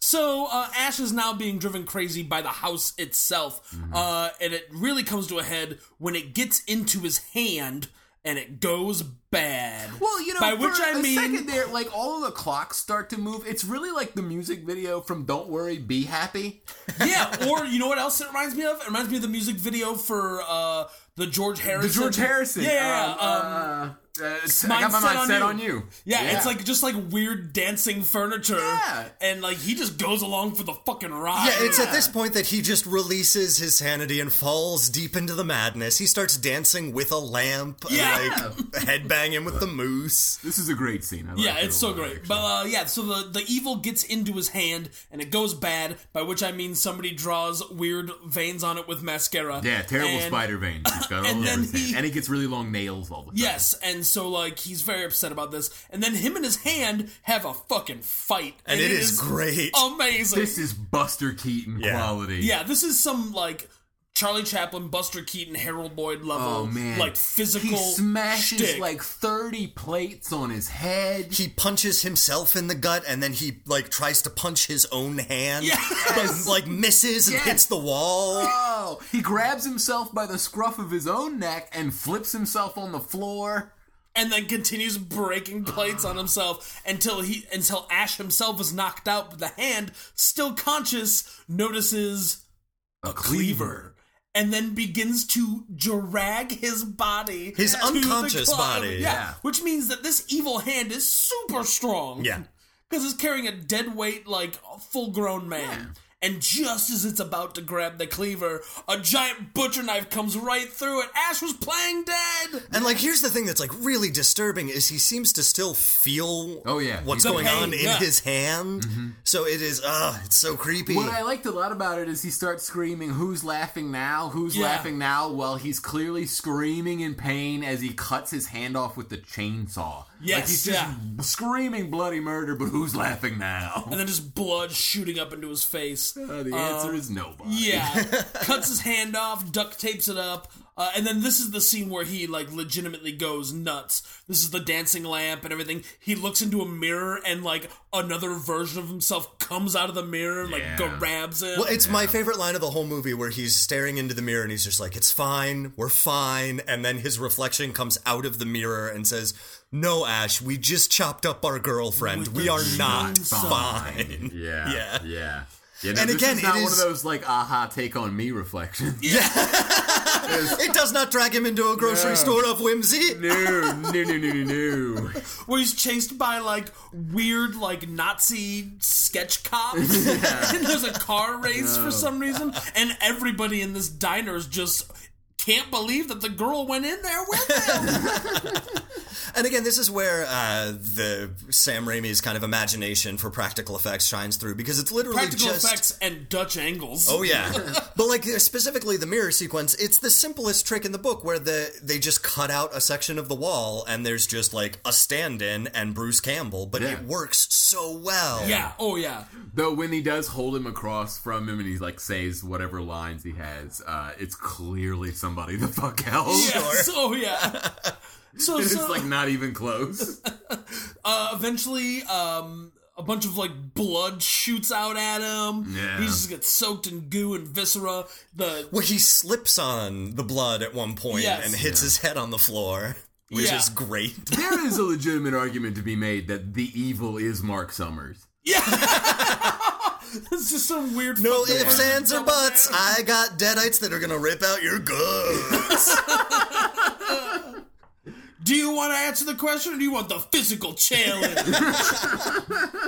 A: So uh, Ash is now being driven crazy by the house
D: Mm-hmm.
A: itself, uh, and it really comes to a head when it gets into his hand and it goes bad.
D: Well, you know,
A: By which
D: for
A: I
D: a
A: mean-
D: second (laughs) there, like all of the clocks start to move. It's really like the music video from "Don't Worry,
A: (laughs)
D: Be Happy."
A: (laughs) yeah, or you know what else it reminds me of? It reminds me of the music video for uh, the George Harrison.
D: The George Harrison.
A: Yeah, yeah,
D: um,
A: um,
D: uh, uh,
B: I got my
A: mindset
B: mind
A: on
B: set
A: you.
B: on you.
A: yeah,
D: yeah.
A: it's like just like weird dancing furniture.
D: Yeah.
A: and like he just goes along for the fucking ride.
C: Yeah, it's at this point that he just releases his sanity and falls deep into the madness. He starts dancing with a lamp,
A: Yeah.
C: and, like headbanging with the moose.
B: This is a great scene. I
A: Yeah,
B: like it
A: it's
B: a
A: so
B: lot,
A: great.
B: actually.
A: But uh, yeah, so the, the evil gets into his hand and it goes bad, by which I mean somebody draws weird veins on it with mascara.
B: yeah, terrible
A: And-
B: spider veins.
A: (laughs)
B: He's got all
A: and
B: over
A: then
B: his hand.
A: he-
B: and he gets really long nails all the time.
A: Yes, and so like he's very upset about this, and then him and his hand have a fucking fight,
C: And it is great.
A: amazing.
B: This is Buster Keaton
C: Yeah.
B: quality.
A: yeah, this is some like Charlie Chaplin, Buster Keaton, Harold Lloyd level,
D: Oh man!
A: like physical
D: He smashes
A: shtick.
D: like thirty plates on his head.
C: He punches himself in the gut, and then he like tries to punch his own hand,
A: Yeah.
C: but like misses and
D: Yes.
C: hits the wall.
D: Oh! He grabs himself by the scruff of his own neck and flips himself on the floor.
A: and then continues breaking plates on himself until he until Ash himself is knocked out, but the hand, still conscious, notices
B: a
A: Cleaver. And then begins to drag his body,
C: His
A: to the
C: unconscious
A: club.
C: body,
A: yeah.
D: yeah.
A: Which means that this evil hand is super strong,
C: Yeah.
A: because it's carrying a dead weight, like full-grown man. And just as it's about to grab the cleaver, a giant butcher knife comes right through it. Ash was playing dead.
C: And like, here's the thing that's like really disturbing is he seems to still feel.
B: Oh, yeah.
C: what's
B: He's Mm-hmm.
C: going
A: okay.
C: on in
A: Yeah.
C: his hand? So it is. Uh, it's so creepy.
D: What I liked a lot about it is he starts screaming, "Who's laughing now? Who's
A: Yeah.
D: laughing now?" While he's clearly screaming in pain as he cuts his hand off with the chainsaw. like
A: Yes,
D: he's just
A: yeah.
D: screaming bloody murder. But who's laughing now? (laughs)
A: and then just blood shooting up into his face.
D: Uh, the answer is nobody.
A: Yeah, cuts his hand off, duct tapes it up, uh, and then this is the scene where he like legitimately goes nuts. This is the dancing lamp and everything. He looks into a mirror and like another version of himself comes out of the mirror and like
B: Yeah.
A: grabs him.
C: Well, it's my favorite line of the whole movie where he's staring into the mirror and he's just like, it's fine, we're fine. And then his reflection comes out of the mirror and says, No, Ash, we just chopped up our girlfriend.
A: With
C: We
A: the
C: are not
A: chainsaw."
C: fine.
B: Yeah. Yeah. Yeah.
C: Yeah.
B: You know,
C: And
B: this
C: again,
B: is not
C: it
B: one of
C: is-
B: those like aha take on me reflections.
C: It does not drag him into a grocery store of whimsy.
B: no, no, no, no, no, no.
A: where he's chased by like weird like Nazi sketch cops. (laughs) and there's a car race for some reason, and everybody in this diner is just can't believe that the girl went in there with him.
C: And again, this is where uh, the Sam Raimi's kind of imagination for practical effects shines through because it's literally
A: practical
C: just.
A: effects and Dutch angles.
C: Oh yeah, (laughs) but like specifically the mirror sequence, it's the simplest trick in the book where the they just cut out a section of the wall and there's just like a stand-in and Bruce Campbell, but
B: Yeah.
C: it works so well.
A: yeah. Oh yeah.
B: Though when he does hold him across from him and he like says whatever lines he has, uh, it's clearly somebody the fuck
D: (laughs)
B: else.
A: Yes. Oh yeah. (laughs) So
B: It's
A: so
B: like not even
A: (laughs)
B: close.
A: uh, eventually, um, a bunch of like blood shoots out at him.
B: Yeah.
A: He just gets soaked in goo and viscera. The (laughs)
C: Well, he slips on the blood at one point
A: Yes.
C: and hits his head on the floor, which
A: Yeah. (laughs)
C: is great.
B: there is a legitimate argument to be made that the evil is Mark Summers.
A: yeah. (laughs) it's just some weird.
C: No
A: fucking
C: ifs,
A: person
C: ands, or
A: jumping
C: buts.
A: around.
C: I got deadites that are gonna rip out
A: (laughs)
C: your guts.
A: Do you want to answer the question, or do you want the physical challenge?
C: I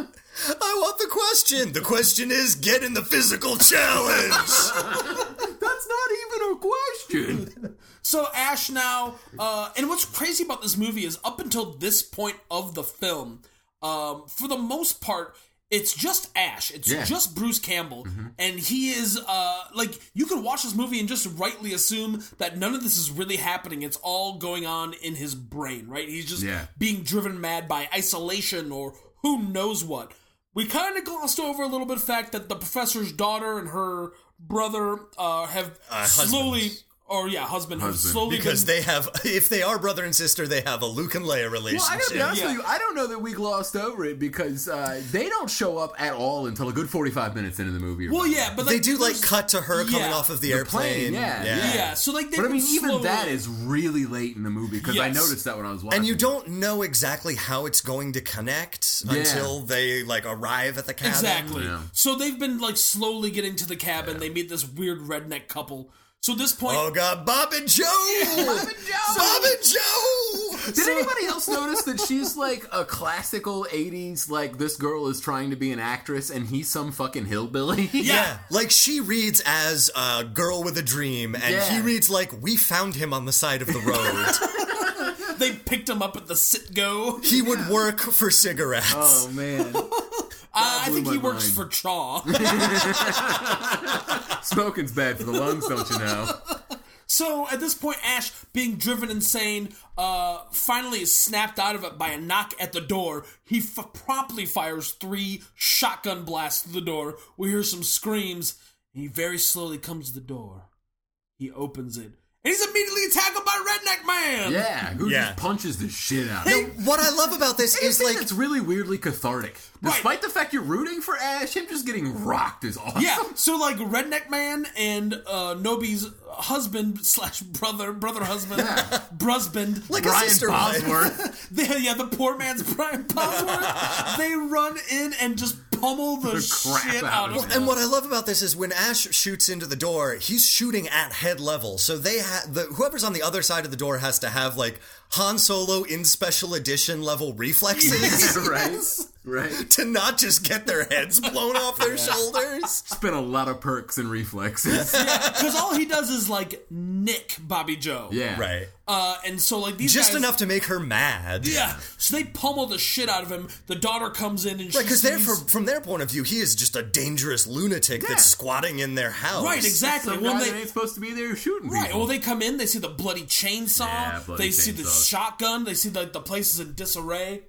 C: want the question. The question is, get in the physical challenge.
D: That's not even a question.
A: So Ash now, uh, and what's crazy about this movie is up until this point of the film, um, for the most part, it's just Ash. It's
B: Yeah.
A: just Bruce Campbell, and he is uh, like you could watch this movie and just rightly assume that none of this is really happening. It's all going on in his brain, right? He's just
B: Yeah.
A: being driven mad by isolation or who knows what. We kind of glossed over a little bit the fact that the professor's daughter and her brother uh, have slowly.
C: husbands.
A: or yeah, husband, have
B: Husband.
A: slowly
C: because
A: been-
C: they have (laughs) if they are brother and sister, they have a Luke and Leia
D: Well, I
C: relationship.
D: gotta be honest
A: Yeah.
D: with you, I don't know that we glossed over it because uh, they don't show up at all until a good 45 minutes into the movie. or
A: well,
D: whatever.
A: yeah, but
C: they
A: like,
C: do like
A: there's-
C: cut to her coming
A: yeah.
C: off of the,
D: plane,
C: airplane.
D: yeah,
A: Yeah. so like they.
D: But I
A: would
D: mean, even
A: slowly-
D: that is really late in the movie because I
A: Yes.
D: noticed that when I was watching.
C: And you
D: it.
C: don't know exactly how it's going to connect until they like arrive at the cabin.
A: exactly.
D: Yeah.
A: So they've been like slowly getting to the cabin. They meet this weird redneck couple. So at this point,
C: Oh god, Bob and Joe!
D: (laughs)
C: Bob
D: and Joe!
C: Bob and Joe!
D: Did anybody else notice that she's like a classical 80s, like this girl is trying to be an actress and he's some
A: (laughs)
D: fucking hillbilly?
A: Yeah.
C: Yeah, like she reads as a girl with a dream, and
D: Yeah.
C: he reads like we found him on the side of
D: (laughs)
C: the road. Oh.
A: they picked him up at the sit go.
C: he would work for
D: (laughs)
C: cigarettes.
D: Oh man.
A: I
D: blew
A: think he
D: my
A: works
D: mind.
A: for Chaw.
D: Smoking's bad for the lungs, don't you know?
A: So at this point, Ash, being driven insane, uh, finally is snapped out of it by a knock at the door. He f- promptly fires three shotgun blasts through the door. We hear some screams, and he very slowly comes to the door. He opens it, and he's immediately tackled by Redneck Man.
D: Yeah, who
C: Yeah.
D: just punches the shit out of
C: No,
A: (laughs)
D: him.
C: what I love about this is like
D: it's really weirdly cathartic.
A: Right.
D: Despite the fact you're rooting for Ash, him just getting rocked is awesome. (laughs)
A: Yeah, so like Redneck Man and uh, Nobi's husband slash brother, brother husband, brusband,
C: like a
D: Brian
C: sister wife.
A: (laughs)
D: Bosworth. (laughs)
A: They, yeah, the poor man's (laughs) Brian Bosworth. they run in and just pummel the,
D: crap
A: shit out
D: out of
A: of
D: him.
A: him.
C: And what I love about this is when Ash shoots into the door, he's shooting at head level. So they ha- the whoever's on the other side of the door has to have like Han Solo in special edition level
A: (laughs)
C: reflexes
D: right? Right.
C: to not just get their heads blown off
A: (laughs)
C: their shoulders.
D: It's been a lot of perks and reflexes.
A: Because all he does is like nick Bobby Joe.
D: yeah.
C: Right.
A: Uh, and so like these
C: Just
A: guys-
C: enough to make her mad.
A: Yeah. So they pummel the shit out of him. The daughter comes in and
C: Right,
A: she's
C: because they're from, from their point of view, he is just a dangerous lunatic that's squatting in their house.
A: right exactly.
D: Some
A: When
D: guy
A: they
D: that ain't supposed to be there shooting
A: Right.
D: people.
A: Well, they come in. They see the bloody chainsaw.
B: Yeah, bloody
A: they see the
B: chainsaws.
A: shotgun. They see that the place is in disarray,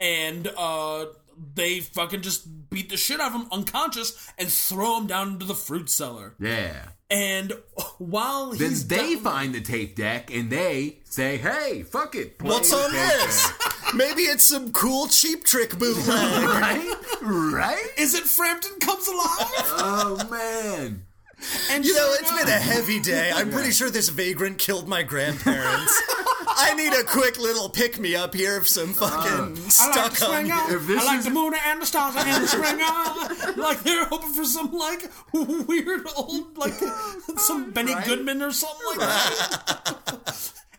A: and uh, they fucking just beat the shit out of him unconscious and throw him down into the fruit cellar.
D: yeah.
A: And while
D: Then
A: he's
D: they
A: down-
D: find the tape deck and they say, "Hey, fuck it, play
C: What's
D: the
A: (laughs)
C: on
D: tape
C: this? Maybe it's some cool cheap trick bootleg.
D: deck." (laughs) right, right.
A: is it Frampton comes
C: (laughs)
A: alive?
D: Oh man,
A: and
C: Uh, You know,
A: sure
C: it's
A: enough-
C: been a heavy day. I'm pretty sure this vagrant killed my grandparents. I need a quick little pick me up here of some fucking
A: Uh, I like the
C: stuck
A: spring
C: on.
A: out.
D: If this
A: I like
D: is-
A: the moon and the stars and the spring out. (laughs) Like they're hoping for some like weird old like some Benny
D: Right.
A: Goodman or something like that.
C: Uh.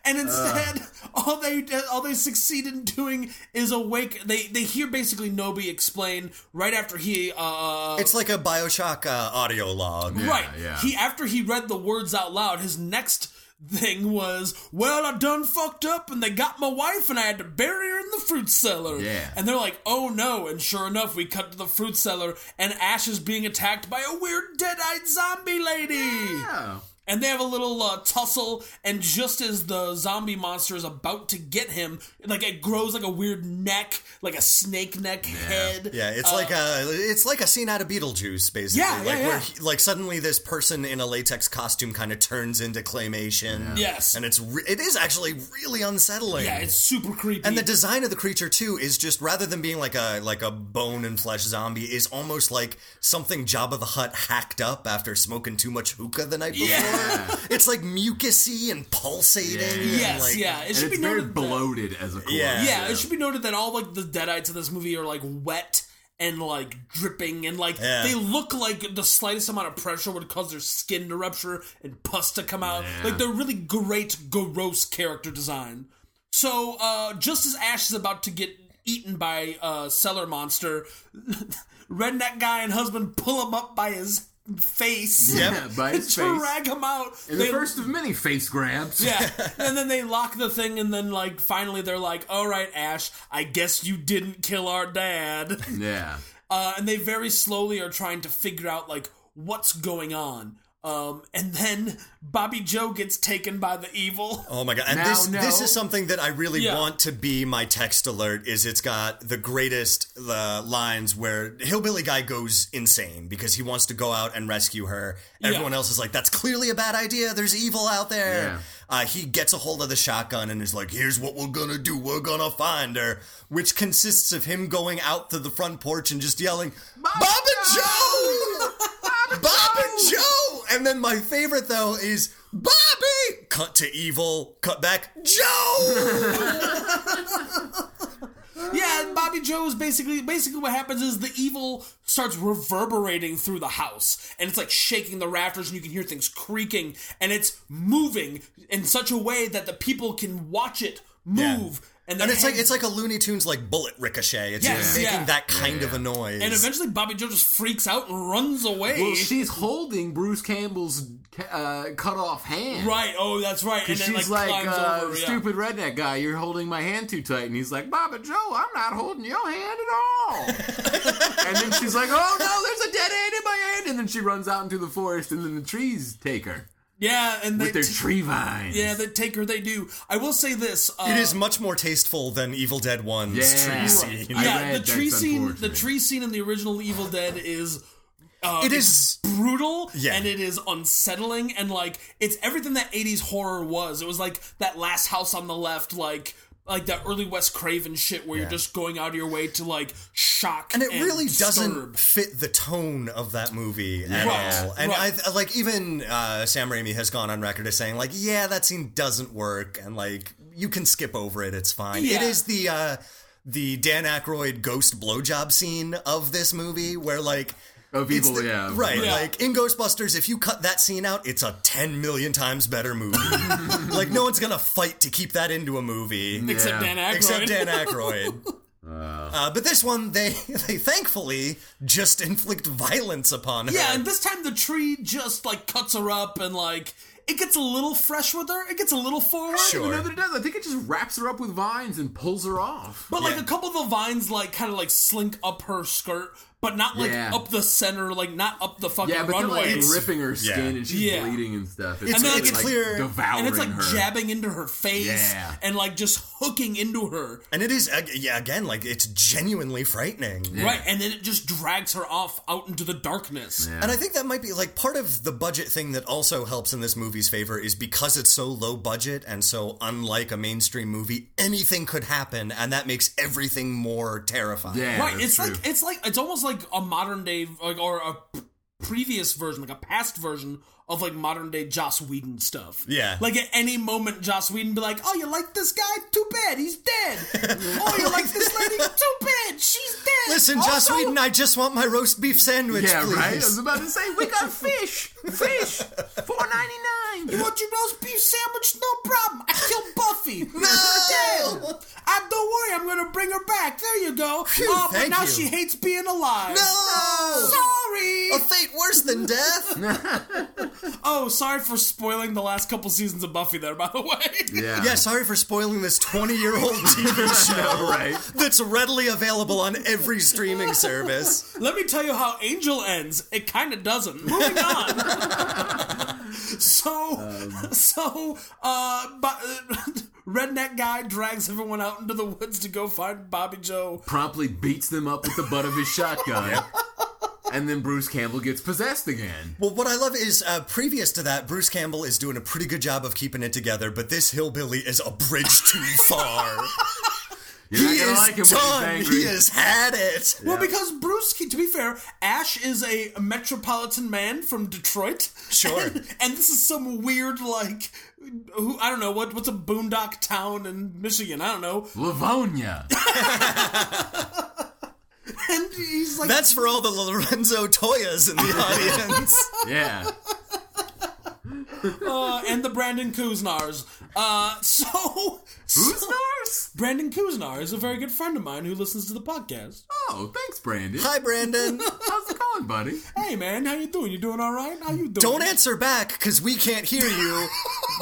A: And instead, all they all they succeed in doing is awake. They they hear basically Nobi explain right after he uh
C: It's like a Bioshock uh, audio log.
A: right
D: yeah.
A: he after he read the words out loud. His next thing was, well, I done fucked up, and they got my wife, and I had to bury her in the fruit cellar.
D: Yeah.
A: And they're like, oh no. And sure enough, we cut to the fruit cellar, and Ash is being attacked by a weird dead eyed zombie lady.
D: yeah.
A: And they have a little uh, tussle, and just as the zombie monster is about to get him, like it grows like a weird neck, like a snake neck head.
C: Yeah, it's like a it's like a scene out of Beetlejuice, basically.
A: Uh, Yeah, yeah,
C: like
A: yeah.
C: where he, like suddenly this person in a latex costume kind of turns into claymation.
A: Yes.
C: and it's re- it is actually really unsettling.
A: Yeah, it's super creepy.
C: And the design of the creature too is just rather than being like a like a bone and flesh zombie, is almost like something Jabba the Hutt hacked up after smoking too much hookah the night before.
A: Yeah.
C: It's like mucusy and pulsating. and,
A: yes,
C: like-
A: yeah, it
D: And
A: should
D: it's
A: be
D: very
A: noted that-
D: bloated as a core.
C: Yeah.
A: yeah, it should be noted that all like the deadites in this movie are like wet and like dripping and like
C: Yeah.
A: they look like the slightest amount of pressure would cause their skin to rupture and pus to come out. Like they're really great, gross character design. So uh, just as Ash is about to get eaten by uh, cellar monster, (laughs) redneck guy and husband pull him up by his face.
D: (laughs) Yeah,
A: (laughs)
D: by his face.
A: Drag him out.
D: And the
A: They-
D: first of many face grabs.
A: yeah. (laughs) And then they lock the thing, and then, like, finally they're like, all right, Ash, I guess you didn't kill our dad. (laughs)
D: (laughs) yeah.
A: Uh, and they very slowly are trying to figure out, like, what's going on. Um, and then Bobby Joe gets taken by the evil. (laughs)
C: Oh my god! And
D: Now,
C: this
D: no.
C: this is something that I really
A: Yeah.
C: want to be my text alert. Is it's got the greatest uh, lines where hillbilly guy goes insane because he wants to go out and rescue her. Everyone else is like, "That's clearly a bad idea. There's evil out there."
D: Yeah.
C: Uh, he gets a hold of the shotgun and is like, "Here's what we're gonna do. We're gonna find her," which consists of him going out to the front porch and just yelling, "Bob
A: (laughs)
C: and Joe!" Bob and Joe. And then my favorite though is Bobby. Cut to evil. Cut back. Joe.
A: Yeah, and Bobby Joe is basically basically what happens is the evil starts reverberating through the house, and it's like shaking the rafters, and you can hear things creaking, and it's moving in such a way that the people can watch it move.
C: Yeah.
A: And,
C: and
A: their
C: it's like
A: heads-
C: it's like a Looney Tunes like bullet ricochet. It's
A: Yes,
C: making
A: yeah.
C: that kind of a noise.
A: and eventually Bobby Joe just freaks out and runs away.
D: Well, she's holding Bruce Campbell's uh, cut off hand.
A: right? Oh, that's right. And
D: And
A: then
D: she's
A: like,
D: like,
A: climbs
D: uh,
A: over. yeah.
D: stupid redneck guy, you're holding my hand too tight. And he's like, Baba Joe, I'm not holding your hand
A: (laughs)
D: at all. and then she's like, oh no, there's a dead hand in my hand. And then she runs out into the forest and then the trees take her
A: Yeah, and they
D: with their
A: t-
D: tree vines.
A: yeah they take her. They do. I will say this. Uh,
C: it is much more tasteful than Evil Dead One's
D: Yeah.
C: tree
D: Right.
C: scene.
D: I
A: yeah,
D: read
A: the
D: that's
A: tree scene. The
D: unfortunate.
A: tree scene in the original Evil Dead is
C: It is.
A: brutal
C: Yeah.
A: and it is unsettling and like it's everything that 80s horror was it was like that last house on the left like like that early west craven shit where you're just going out of your way to like shock
C: And it really
A: disturb.
C: doesn't fit the tone of that movie at
A: Right,
C: all. And
A: right.
C: I like even uh, Sam Raimi has gone on record as saying like, yeah, that scene doesn't work, and like you can skip over it. It's fine.
A: Yeah.
C: It is the uh, the Dan Aykroyd ghost blowjob scene of this movie where like.
D: Of
C: it's
D: evil,
C: the-
D: yeah.
C: Right,
A: Yeah.
C: like in Ghostbusters, if you cut that scene out, it's a 10 million times better movie. (laughs) like, no one's gonna fight to keep that into a movie.
A: except
D: Yeah.
A: dan Aykroyd.
C: Except Dan Aykroyd.
A: (laughs)
C: Uh, but this one, they (laughs) they thankfully just inflict violence upon her.
A: yeah and this time the tree just like cuts her up and like it gets a little fresh with her it gets a little forward
C: Sure.
D: You know that it does. I think it just wraps her up with vines and pulls her off.
A: But like
C: Yeah.
A: a couple of the vines, like kind of like slink up her skirt, but not like
D: Yeah.
A: up the center, like not up the fucking
D: Yeah, but
A: runway.
D: they're like
C: It's-
D: ripping her skin
C: yeah.
D: and she's
A: Yeah.
D: bleeding and stuff. It's,
C: And
A: then, like,
D: really,
A: it's
C: clear-
D: devouring
A: and it's like
D: her.
A: jabbing into her face
D: Yeah.
A: and like just hooking into her
C: and it is ag- yeah again like it's genuinely frightening.
A: right and then it just drags her off out into the darkness
D: Yeah.
C: And I think that might be like part of the budget thing that also helps in this movie's favor is because it's so low budget and so unlike a mainstream movie, anything could happen, and that makes everything more terrifying.
D: Yeah,
A: right
D: that's
A: it's
D: true.
A: like it's like it's almost like a modern day like or a p- previous version like a past version of like modern day joss whedon stuff
C: Yeah.
A: like at any moment joss whedon be like oh you like this guy too bad he's
C: (laughs)
A: dead oh you like this lady too bad she's dead
C: Listen,
A: also,
C: Joss Whedon, I just want my roast beef sandwich,
D: yeah,
C: please.
D: right. I
C: (laughs)
D: was about to say we got fish, fish, four ninety
A: you
D: nine.
A: want your roast beef sandwich? No problem. I killed
C: (laughs)
A: Buffy. no! I don't worry. I'm gonna bring her back. There you go. oh, but
C: thank
A: now
C: you.
A: she hates being alive.
C: No!
A: Sorry.
C: A fate worse than death.
A: Oh, sorry for spoiling the last couple seasons of Buffy there, by the way.
D: Yeah.
C: Yeah, sorry for spoiling this 20 year (laughs) old TV show
D: Right.
C: that's readily available on every streaming service.
A: (laughs) Let me tell you how Angel ends. It kind of doesn't. Moving on. so, so, uh, bu- (laughs) redneck guy drags everyone out into the woods to go find Bobby Joe.
D: Promptly beats them up with the butt of his shotgun. And then Bruce Campbell gets possessed again.
C: Well, what I love is uh, previous to that, Bruce Campbell is doing a pretty good job of keeping it together, but this hillbilly is a bridge too far.
D: (laughs) You're not
C: he
D: gonna
C: is
D: like him
C: done.
D: when he's angry.
C: He has had it.
A: Well, because Bruce, to be fair, Ash is a metropolitan man from Detroit.
C: Sure.
A: And, (laughs) and this is some weird, like, who I don't know what what's a boondock town in Michigan. I don't know. (laughs)
D: Livonia.
A: And he's like,
C: That's for all the Lorenzo Toyas in the
D: (laughs)
C: audience.
D: Yeah.
A: uh, and the Brandon Kuznars. Uh, so, so (laughs)
D: Kuznars?
A: Brandon Kuznar is a very good friend of mine who listens to the podcast.
D: Oh, thanks, Brandon.
C: Hi, Brandon.
D: How's it going, buddy?
A: Hey man, how you doing? You doing all right? How you doing?
C: Don't answer back because we can't hear you.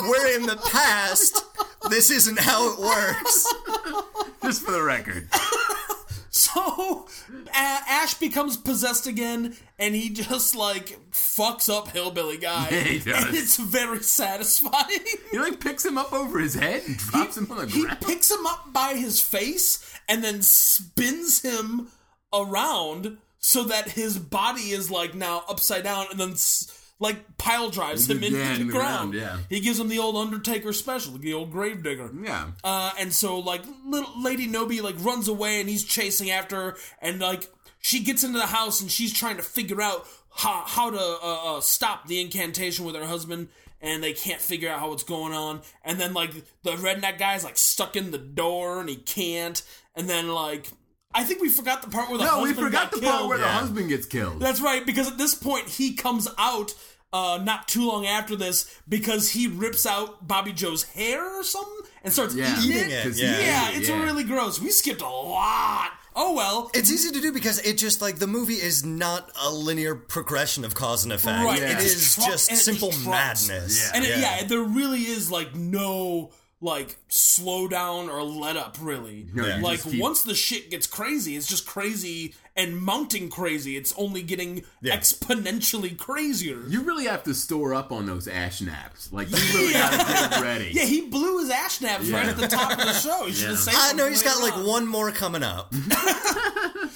C: We're in the past. This isn't how it works.
D: Just for the record.
A: So So A- Ash becomes possessed again, and he just like fucks up hillbilly guy.
B: (laughs) he does.
A: And it's very satisfying.
D: He like picks him up over his head and drops him on the
A: he
D: ground.
A: picks him up by his face and then spins him around so that his body is like now upside down, and then s- like pile drives him into
D: Yeah,
A: the,
D: in the
A: ground.
D: ground, yeah.
A: he gives him the old Undertaker special, the old Gravedigger.
D: yeah.
A: Uh, and so like little Lady Nobi like runs away and he's chasing after her and like she gets into the house and she's trying to figure out how, how to uh, uh, stop the incantation with her husband and they can't figure out how it's going on and then like the redneck guy's like stuck in the door and he can't and then like I think we forgot the part where the
D: No, we
A: husband
D: forgot the
A: got
D: part
A: killed.
D: where the
C: Yeah.
D: husband gets killed.
A: That's right, because at this point he comes out uh, not too long after this because he rips out Bobby Joe's hair or something and starts
D: yeah.
A: eating it.
C: it,
D: 'Cause he
C: yeah.
D: ate it,
A: Yeah, it's really gross. We skipped a lot. Oh well.
C: It's easy to do because it just like the movie is not a linear progression of cause and effect.
A: Right,
C: It
A: it
C: is
A: just trucks
C: just
A: and it
C: simple
A: just trucks.
C: madness.
A: and it, yeah. there really is like no like slow down or let up really.
D: you
A: Like
D: just keep-
A: once the shit gets crazy, it's just crazy and mounting crazy. It's only getting exponentially crazier.
D: You really have to store up on those ash naps. Like you really gotta get ready.
A: yeah, he blew his ash naps right at the top of the show. He should have saved
C: I
A: them
C: know
A: for
C: he's
A: later
C: got like
A: on.
C: one more coming up.
A: Mhm.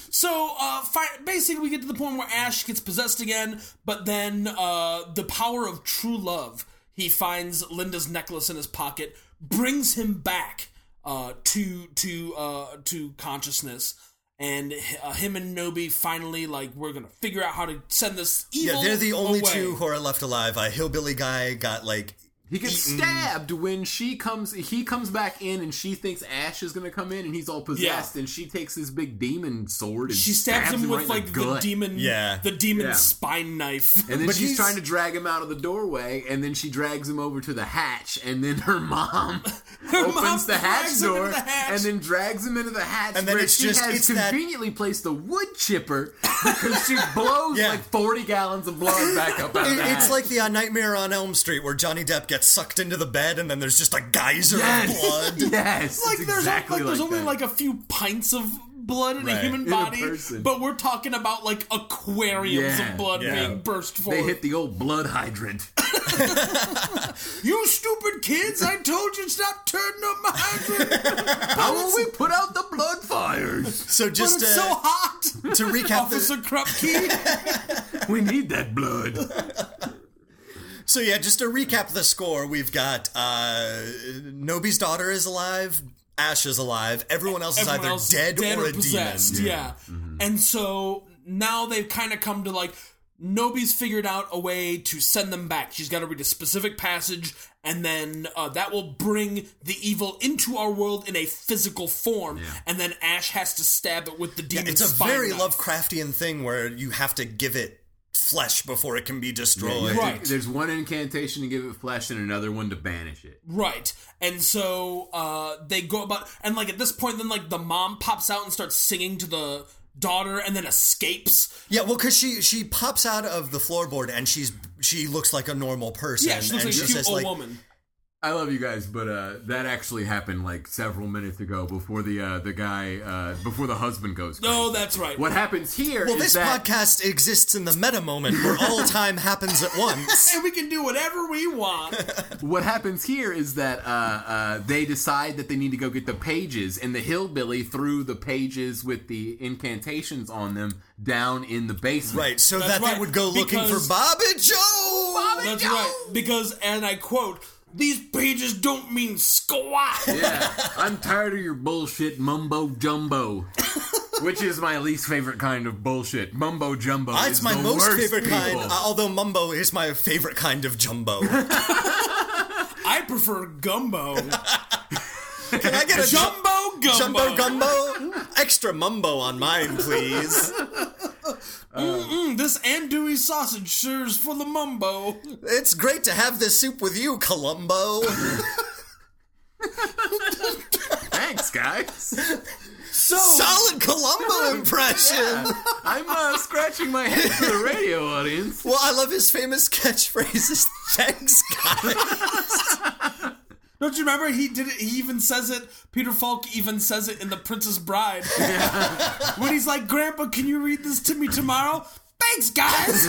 A: So uh, fi- basically, we get to the point where Ash gets possessed again, but then uh, the power of true love. He finds Linda's necklace in his pocket, brings him back uh, to to uh, to consciousness, and uh, him and Nobi finally like we're gonna figure out how to send this
C: Yeah,
A: evil.
C: they're the only
A: away.
C: two who are left alive. A hillbilly guy got like
D: He gets stabbed when she comes. He comes back in, and she thinks Ash is gonna come in, and he's all possessed. And she takes his big demon sword and
A: She stabs, him with
D: right in
A: like
D: the,
A: the
D: gut.
A: demon,
C: Yeah.
A: the demon
D: Yeah.
A: spine knife.
D: And then
C: But
D: she's
C: he's-
D: trying to drag him out of the doorway, and then she drags him over to the hatch, and then her mom opens
A: mom
D: the hatch
A: drags him into
D: door
A: the hatch.
D: and then drags him into the hatch.
C: And then
D: where
C: it's
D: she
C: just-
D: has
C: it's that-
D: conveniently placed a wood chipper because she blows
C: Yeah.
D: like forty gallons of blood back up out of
C: It-
D: the
C: it's
D: hatch.
C: like the uh, Nightmare on Elm Street where Johnny Depp gets sucked into the bed and then there's just a geyser
D: Yes.
C: of
D: (laughs)
C: blood.
D: yes,
A: like
D: it's
A: there's
D: exactly
A: like, there's only
D: that.
A: like a few pints of blood in a
C: Right.
A: human
D: In a
A: body,
D: person.
A: but we're talking about like aquariums
D: Yeah,
A: of blood
C: yeah.
A: being burst forth.
D: they hit the old
A: (laughs)
D: blood hydrant.
A: you stupid kids! I told you stop turning
D: (laughs)
A: on my hydrant.
D: How will we put out the blood
A: (laughs)
D: fires?
C: So
A: But
C: just
A: it's so
C: uh,
A: hot.
C: to
A: (laughs)
C: recap the,
A: Officer Krupke.
D: We need
A: (laughs)
D: that blood.
C: So yeah, just to recap the score, we've got uh Nobi's daughter is alive, Ash is alive, everyone else
A: Everyone
C: is either
A: else
C: dead, or, a demon. Mm-hmm.
A: possessed. Yeah, and so now they've kind of come to like. Nobi's figured out a way to send them back. She's got to read a specific passage, and then uh, that will bring the evil into our world in a physical form. And then Ash has to stab it with the demon.
C: It's a
A: spine
C: very
A: knife.
C: Lovecraftian thing where you have to give it flesh before it can be destroyed.
A: Right.
D: There's one incantation to give it flesh, and another one to banish it.
A: Right. And so uh, they go about, and like at this point, then like the mom pops out and starts singing to the daughter, and then escapes.
C: Yeah, well, because she she pops out of the floorboard and she's she looks like a normal person.
A: Yeah, she looks
C: and
A: like a
C: just
A: cute
C: says,
A: old
C: like,
A: woman.
D: I love you guys, but uh, that actually happened like several minutes ago before the uh, the guy uh, before the husband goes. Crazy.
A: No, Oh, that's right.
D: What happens here is
C: Well, this
D: that
C: podcast exists in the meta moment where all time happens at
A: (laughs)
C: once.
A: And we can do whatever we (laughs) want.
D: what happens here is that uh, uh, they decide that they need to go get the pages, and the hillbilly threw the pages with the incantations on them down in the basement.
C: Right, so
A: That's
C: that
A: right,
C: they would go looking
A: because-
C: for Bobby Joe.
A: That's right. Because, and I quote, these pages don't mean squat.
D: Yeah, I'm tired of your bullshit mumbo jumbo, which is my least favorite kind of bullshit. Mumbo jumbo.
C: Ah,
D: is
C: It's my
D: the
C: most
D: worst
C: favorite kind,
D: people.
C: uh, although mumbo is my favorite kind of jumbo. Can
A: (laughs) I prefer (laughs) gumbo.
C: I get a ju-
A: Jumbo gumbo.
C: jumbo gumbo? Extra mumbo on mine, please.
A: Mm, this andouille sausage serves for the mumbo.
C: It's great to have this soup with you, Columbo.
D: Thanks,
C: (laughs)
D: guys.
A: So,
C: Solid Columbo impression.
D: I'm uh, scratching my head for the radio audience.
C: Well, I love his famous catchphrases. Thanks, guys.
A: Don't you remember? He did it. He even says it. Peter Falk even says it in The Princess (laughs) Bride when he's like, "Grandpa, can you read this to me tomorrow?" Thanks, (laughs) guys.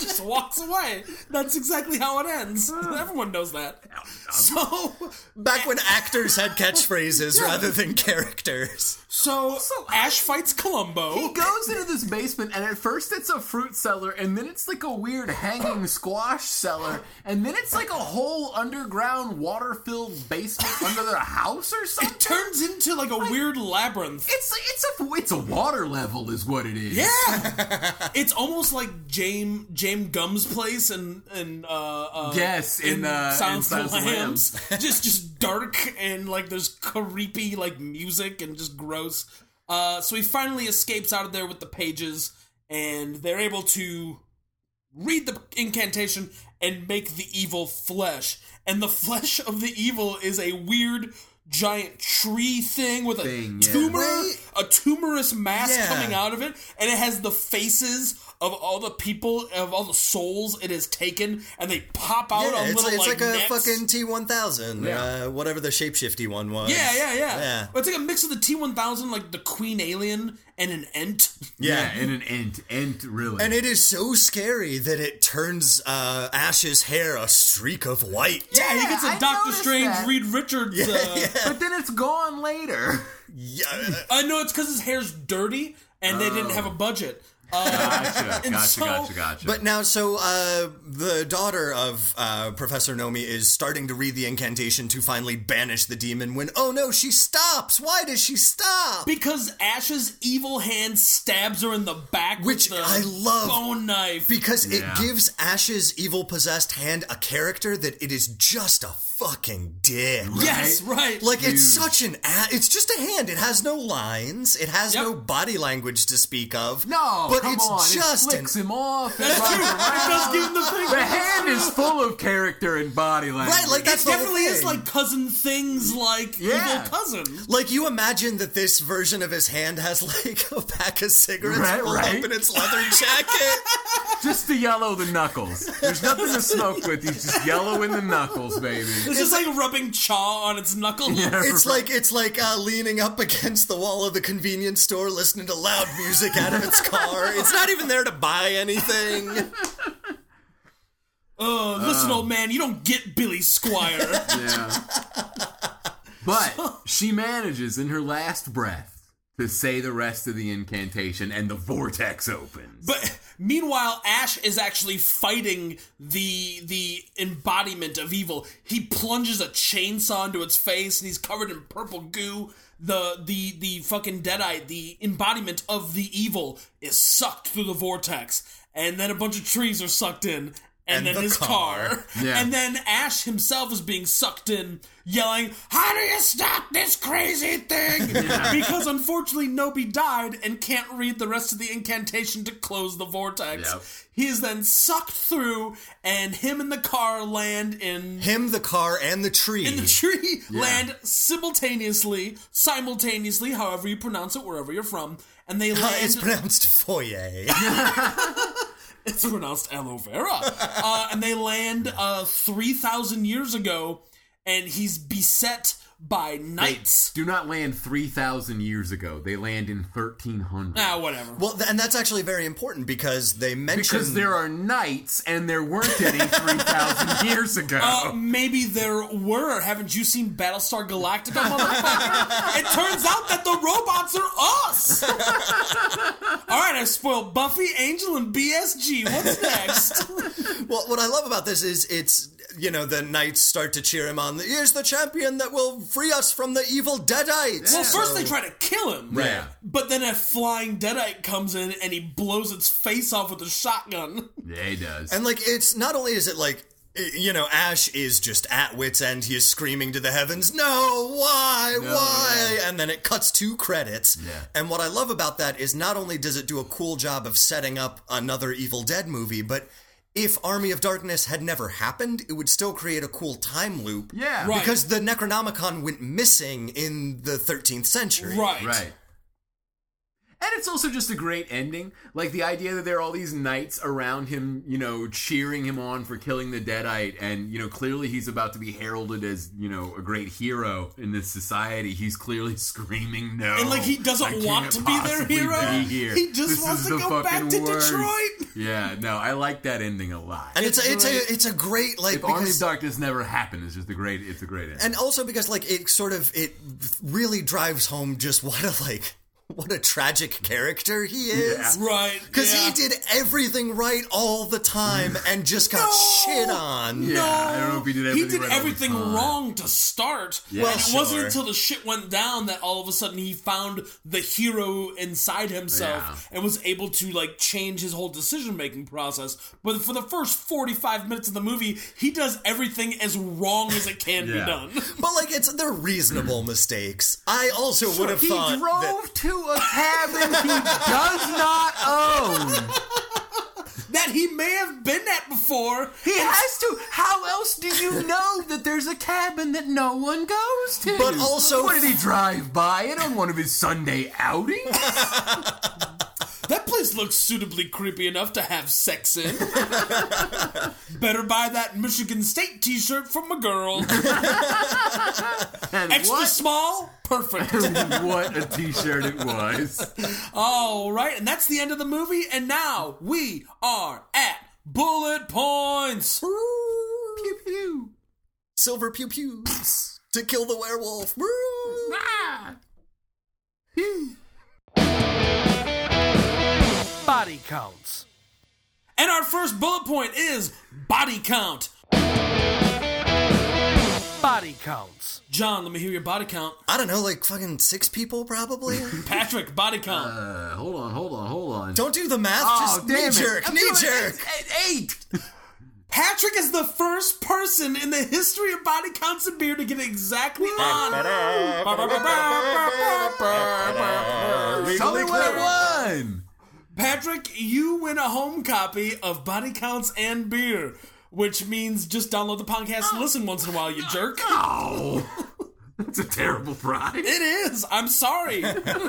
A: Just walks away. That's exactly how it ends. Everyone knows that. So,
C: Back when actors had catchphrases rather than characters.
A: so Ash fights Columbo.
D: He goes into this basement, and at first it's a fruit cellar, and then it's like a weird hanging squash cellar, and then it's like a whole underground water filled basement under their house or something.
A: it (laughs) turns into like a weird labyrinth.
D: It's it's a it's a water level is what it is.
A: Yeah, it's almost like James James Gum's place and and uh, uh
D: Yes, in, uh,
A: Silence
D: in
A: of the
D: Silence of the
A: Lambs, (laughs) just just dark and like there's creepy like music and just gross. Uh, so he finally escapes out of there with the pages, and they're able to read the incantation and make the evil flesh. And the flesh of the evil is a weird giant tree thing with a
D: Thing, yeah.
A: tumor,
C: Wait.
A: a tumorous mass
C: Yeah.
A: coming out of it, and it has the faces of all the people, of all the souls it has taken, and they pop out
C: Yeah,
A: on
C: it's,
A: little
C: it's
A: like,
C: like, a
A: nets.
C: fucking T1000,
D: Yeah.
C: uh, whatever the shapeshifty one was.
A: Yeah, yeah, yeah,
C: Yeah.
A: It's like a mix of the T one thousand, like the Queen Alien, and an Ent.
C: Yeah.
D: Yeah, and an ant, ant really.
C: And it is so scary that it turns uh, Ash's hair a streak of white.
A: (laughs) Yeah, he gets a
D: I
A: Doctor
D: noticed
A: Strange,
D: that.
A: Reed Richards. uh,
D: but then it's gone later.
C: Yeah, uh,
A: I know it's because his hair's dirty, and they didn't
C: Oh.
A: have a budget.
C: (laughs)
A: Uh,
D: (laughs)
B: Gotcha,
A: And
B: gotcha,
A: so-
B: gotcha, gotcha.
C: But now, so uh, the daughter of uh, Professor Nomi is starting to read the incantation to finally banish the demon when, oh no, she stops! Why does she stop?
A: because Ash's evil hand stabs her in the back,
C: Which
A: with the
C: I love.
A: bone knife.
C: Because it
B: Yeah.
C: gives Ash's evil possessed hand a character that it is just a fucking dick.
A: yes, right.
C: Like it's
D: Huge.
C: such an a- it's just a hand. It has no lines. It has
A: Yep.
C: no body language to speak of.
D: No,
C: but
D: come
C: it's
D: on,
C: just
D: it flicks
C: an,
D: him off. and
A: That's
D: runs
A: true. It does
D: around.
A: give him the thing.
D: The hand is full of character and body language.
C: right. Like that's
A: it
C: the whole
A: definitely is
C: thing.
A: like cousin things, like
D: Yeah.
A: evil cousin.
C: Like you imagine that this version of his hand has like a pack of cigarettes
D: Right,
C: rolled
D: right.
C: up in its leather jacket.
D: just to yellow the knuckles. There's nothing to smoke with. He's just yellowing the knuckles, baby.
A: It's just like, rubbing chaw on its knuckles.
C: it's like it's like uh, leaning up against the wall of the convenience store, listening to loud music out of its car. It's not even there to buy anything.
A: Uh, listen,
C: Ah.
A: old man, you don't get Billy
C: (laughs)
A: Squire.
D: Yeah. But she manages in her last breath to say the rest of the incantation, and the vortex opens.
A: But meanwhile, Ash is actually fighting the the embodiment of evil. He plunges a chainsaw into its face, and he's covered in purple goo. The the the fucking deadite, the embodiment of the evil, is sucked through the vortex, and then a bunch of trees are sucked in. And,
C: And
A: then
C: the
A: his car.
C: car.
D: Yeah.
A: And then Ash himself is being sucked in, yelling, How do you stop this crazy
D: (laughs)
A: thing? Because unfortunately, Nobi died and can't read the rest of the incantation to close the vortex.
D: Yep.
A: He is then sucked through, and him and the car land in.
C: Him, the car, and the tree.
A: In the tree land simultaneously, simultaneously, however you pronounce it, wherever you're from, and
D: (laughs)
A: they land.
C: Uh, it's pronounced foyer.
A: It's pronounced aloe vera. Uh, and they land uh, 3,000 years ago, and he's beset by knights.
D: Do not land 3,000 years ago. They land in 1,300.
A: Ah, whatever.
C: Well, th- and that's actually very important because they mention
D: because there are knights, and there weren't any 3,000 years ago.
A: Uh, maybe there were. Haven't you seen Battlestar Galactica, motherfucker? (laughs) it turns out that the robots are us! (laughs) All right, I've spoiled Buffy, Angel, and BSG. What's next?
C: Well, what I love about this is it's you know the knights start to cheer him on. Here's the champion that will free us from the evil deadites.
A: well, first they try to kill him.
D: Yeah.
A: But then a flying deadite comes in and he blows its face off with a shotgun.
D: yeah, he does.
C: and like it's not only is it like i- you know Ash is just at wits end. He is screaming to the heavens, "No, why, why?" And then it cuts to credits.
D: Yeah.
C: And what I love about that is not only does it do a cool job of setting up another Evil Dead movie, but if Army of Darkness had never happened, it would still create a cool time loop.
D: yeah.
A: Right.
C: Because the Necronomicon went missing in the 13th century.
A: Right.
D: Right. And it's also just a great ending. Like the idea that there are all these knights around him, you know, cheering him on for killing the Deadite, and you know, clearly he's about to be heralded as you know a great hero in this society. He's clearly (laughs) screaming no,
A: And, like, he doesn't
D: I
A: want
D: can't
A: to be their
D: possibly
A: hero.
D: be here.
A: He just
D: This
A: wants
D: is
A: to
D: the
A: go back
D: fucking
A: to
D: worst."
A: Detroit. (laughs)
D: Yeah, no, I like that ending a lot.
C: And it's a, it's a it's a great like
D: if Army of
C: because-
D: Darkness never happened, it's just a great. It's a great ending.
C: and also because like it sort of it really drives home just what a like what a tragic character he is
A: Right.
C: because
A: yeah.
C: he did everything right all the time and just got
A: No!
C: shit on
D: Mm. Yeah, I don't know if he did everything
A: did
D: right all the
A: everything
D: time.
A: wrong to start.
C: Well,
A: and it wasn't
C: sure.
A: until the shit went down that all of a sudden he found the hero inside himself and was able to like change his whole decision making process. But for the first forty five minutes of the movie, he does everything as wrong as it can be
D: Yeah.
A: done. (laughs)
C: but like it's they're reasonable mistakes i also would have
D: Mm. he
C: thought
D: drove
C: that,
D: to a cabin he does not own.
A: that he may have been at before.
D: He has to. How else do you know that there's a cabin that no one goes to?
C: But also-
D: what did he drive by it on one of his Sunday outings?
C: (laughs)
A: That place looks suitably creepy enough to have sex in. (laughs) Better buy that Michigan State t shirt from a girl.
D: And
A: Extra
D: what?
A: small? Perfect.
E: (laughs)
D: (laughs) what a T-shirt it was.
A: All right, and that's the end of the movie, and now we are at bullet points.
D: Pew pew.
C: silver pew pews to kill the werewolf Woo!
D: Ah. Pew.
E: Body counts.
A: And our first bullet point is body count.
E: Body counts.
A: John, let me hear your body
E: (laughs)
A: count.
C: i don't know like fucking six people
D: (laughs)
C: probably
A: Patrick, body count.
D: Uh, hold on, hold on, hold on.
C: don't do the math
D: Oh,
C: just knee jerk knee jerk
D: Eight.
A: Patrick is the first person in the history of body counts and beer to get exactly on.
D: Tell me what I won.
A: Patrick, you win a home copy of Body Counts and Beer, which means just download the podcast and listen once in a while, you jerk.
D: (laughs) Oh, that's a terrible prize.
A: It is. I'm sorry. (laughs) it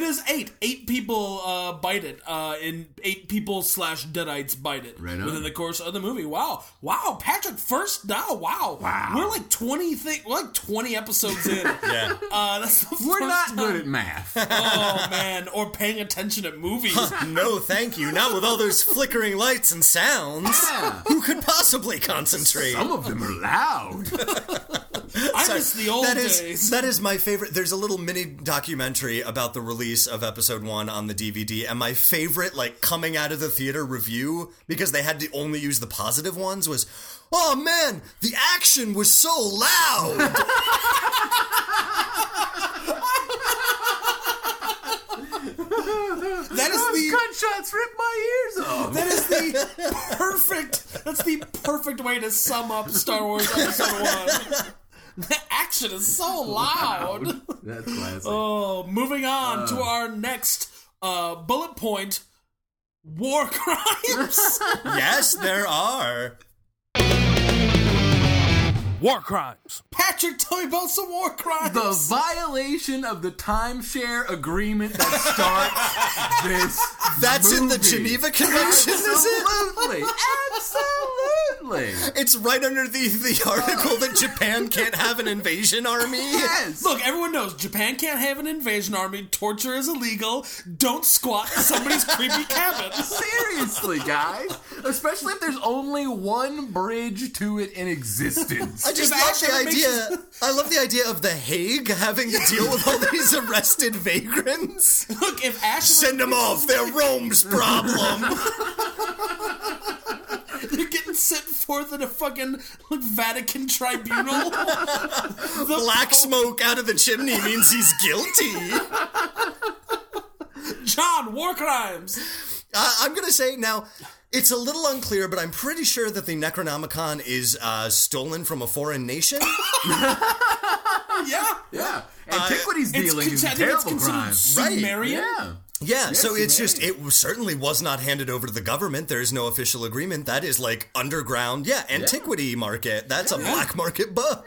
A: is eight. Eight people uh, bite it. Uh, and eight people slash deadites bite it
D: Right on.
A: within the course of the movie. Wow, wow, Patrick, first now. Wow,
D: Wow.
A: We're like twenty thi- we're like twenty episodes in.
C: yeah
A: Uh, that's the
D: We're
A: first
D: not
A: time-
D: good at math.
A: Oh man, or paying attention at movies.
C: No, thank you. Not with all those flickering lights and sounds.
D: Yeah.
C: Who could possibly concentrate?
D: Some of them
A: (laughs)
D: are loud.
A: I miss the old
C: That is
A: days.
C: that is my favorite. There's a little mini documentary about the release of episode one on the DVD, and my favorite, like coming out of the theater review because they had to only use the positive ones, was, "Oh man, the action was so loud."
A: that is
D: Oh,
A: the
D: Gunshots ripped my ears off.
A: That is the perfect. That's the perfect way to sum up Star Wars Episode One. The action is so loud.
D: That's classic.
A: Oh, moving on to our next uh, bullet point: war (laughs) crimes.
C: yes, there are.
E: War crimes.
A: Patrick, tell me about some war crimes.
D: the violation of the timeshare agreement
A: (laughs)
D: that starts this.
C: That's in the
D: movie.
C: Geneva Convention, is it?
D: Absolutely,
C: (laughs)
D: absolutely.
C: It's right underneath the (laughs) article that Japan can't have an invasion army.
D: Yes.
A: Look, everyone knows Japan can't have an invasion army. Torture is illegal. Don't squat in somebody's creepy cabin.
D: Seriously, guys. Especially if there's only one bridge to it
A: (laughs)
D: in existence.
C: I
A: If
C: just love
A: action
C: the
A: makes-
C: idea. I love the idea of the Hague having to deal with all these arrested vagrants.
A: Look, if Ash
C: Send them off. They're Rome's problem.
A: You're getting sent forth in a fucking like, Vatican tribunal.
C: (laughs)
A: the
C: Black
A: Pope-
C: smoke out of the chimney means he's guilty.
A: John, war crimes.
C: Uh, I'm gonna say now. It's a little unclear, but I'm pretty sure that the Necronomicon is uh, stolen from a foreign nation.
A: Yeah.
D: yeah. Antiquity's
A: Uh, It's,
D: dealing is
A: con-
D: a
A: I think it's
D: terrible
A: considered
D: crime.
C: Right,
A: Sumerian.
D: Yeah.
C: Yeah, so
D: Yes,
C: it's
D: man.
C: just it w- certainly was not handed over to the government. There is no official agreement. That is like underground, yeah, antiquity market. That's a black market book.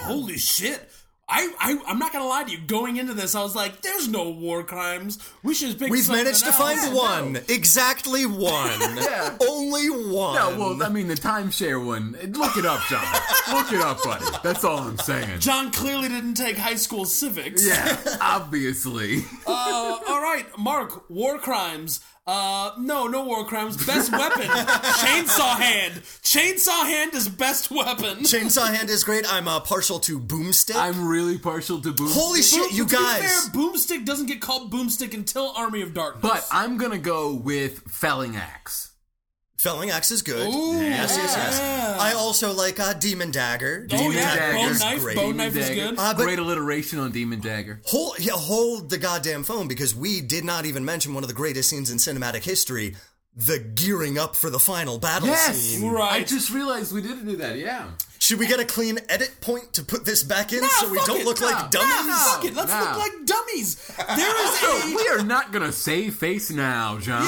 A: Holy shit. I, I I'm not gonna lie to you. Going into this, I was like, "There's no war crimes. We should just pick."
C: We've managed to find
A: one.
C: one. Exactly one.
D: Yeah.
C: Only one.
D: No, well, I mean the timeshare one. Look it up, John. Look it up, buddy. That's all I'm saying.
A: John clearly didn't take high school civics.
D: Yeah, obviously.
A: Uh, all right, Mark, war crimes. Uh, no, no war crimes. Best
C: (laughs)
A: weapon, chainsaw hand. Chainsaw hand is best weapon.
C: Chainsaw Hand is great. I'm uh, partial to Boomstick.
D: I'm really partial to boom.
C: Holy shit, you
A: To be fair,
C: guys.
A: boomstick doesn't get called boomstick until Army of Darkness.
D: But I'm gonna go with felling axe.
C: Felling Axe is good.
A: Ooh,
C: yes, yes, yes.
A: yeah.
C: I also like uh, Demon Dagger.
A: oh
C: Demon
A: yeah,
D: Dagger
A: bone
D: is
A: knife.
C: great.
A: Bone knife is
D: Dagger.
A: good.
C: Uh, but-
D: Great alliteration on demon dagger.
C: Hold, yeah, hold the goddamn phone because we did not even mention one of the greatest scenes in cinematic history the gearing up for the final battle scene.
A: Right.
D: I just realized we didn't do that. Yeah.
C: Should we get a clean edit point to put this back in
A: Nah,
C: so we
A: fuck
C: don't
A: it,
C: look
A: nah,
C: like dummies?
A: Nah, fuck it. Let's
D: Nah.
A: look like dummies. There is
C: (laughs)
A: a
D: So we are not gonna save face now, John.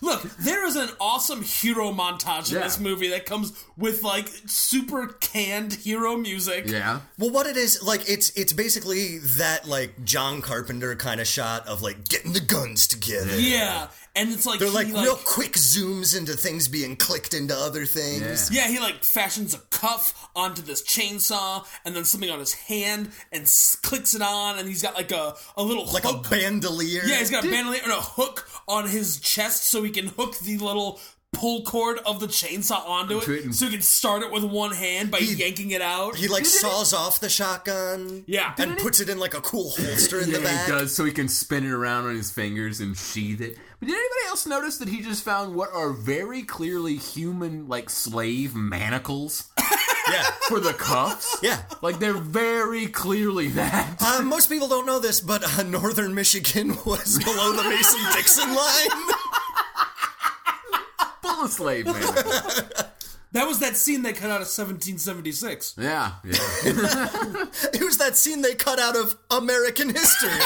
A: Look, there is an awesome hero montage in
D: Yeah.
A: this movie that comes with like super canned hero music.
D: Yeah.
C: Well, what it is like, it's it's basically that like John Carpenter kind of shot of like getting the guns together.
A: Yeah. And it's like
C: they're
A: he
C: like,
A: like,
C: real quick zooms into things being clicked into other things.
A: Yeah, he like fashions a cuff onto this chainsaw and then something on his hand and s- clicks it on and he's got like a, a little
C: Like
A: hook.
C: a bandolier.
A: yeah, he's got a bandolier and a hook on his chest so he can hook the little pull cord of the chainsaw onto
D: Into it
A: it
D: and-
A: so he can start it with one hand by yanking it out.
C: He like saws off the shotgun.
A: Yeah.
C: And puts it in like a cool holster
A: (laughs)
C: in
D: Yeah,
C: the back.
D: he does, so he can spin it around on his fingers and sheathe it. But did anybody else notice that he just found what are very clearly human, like slave manacles
C: Yeah.
D: for the cuffs?
C: (laughs) Yeah.
D: like they're very clearly that.
C: Uh, most people don't know this, but uh, northern Michigan (laughs) was below the Mason Dixon
D: (laughs)
C: line.
D: Full of slave
C: (laughs)
D: manacles.
A: That was that scene they cut out of 1776.
D: Yeah, yeah.
C: It was that scene they cut out of American history.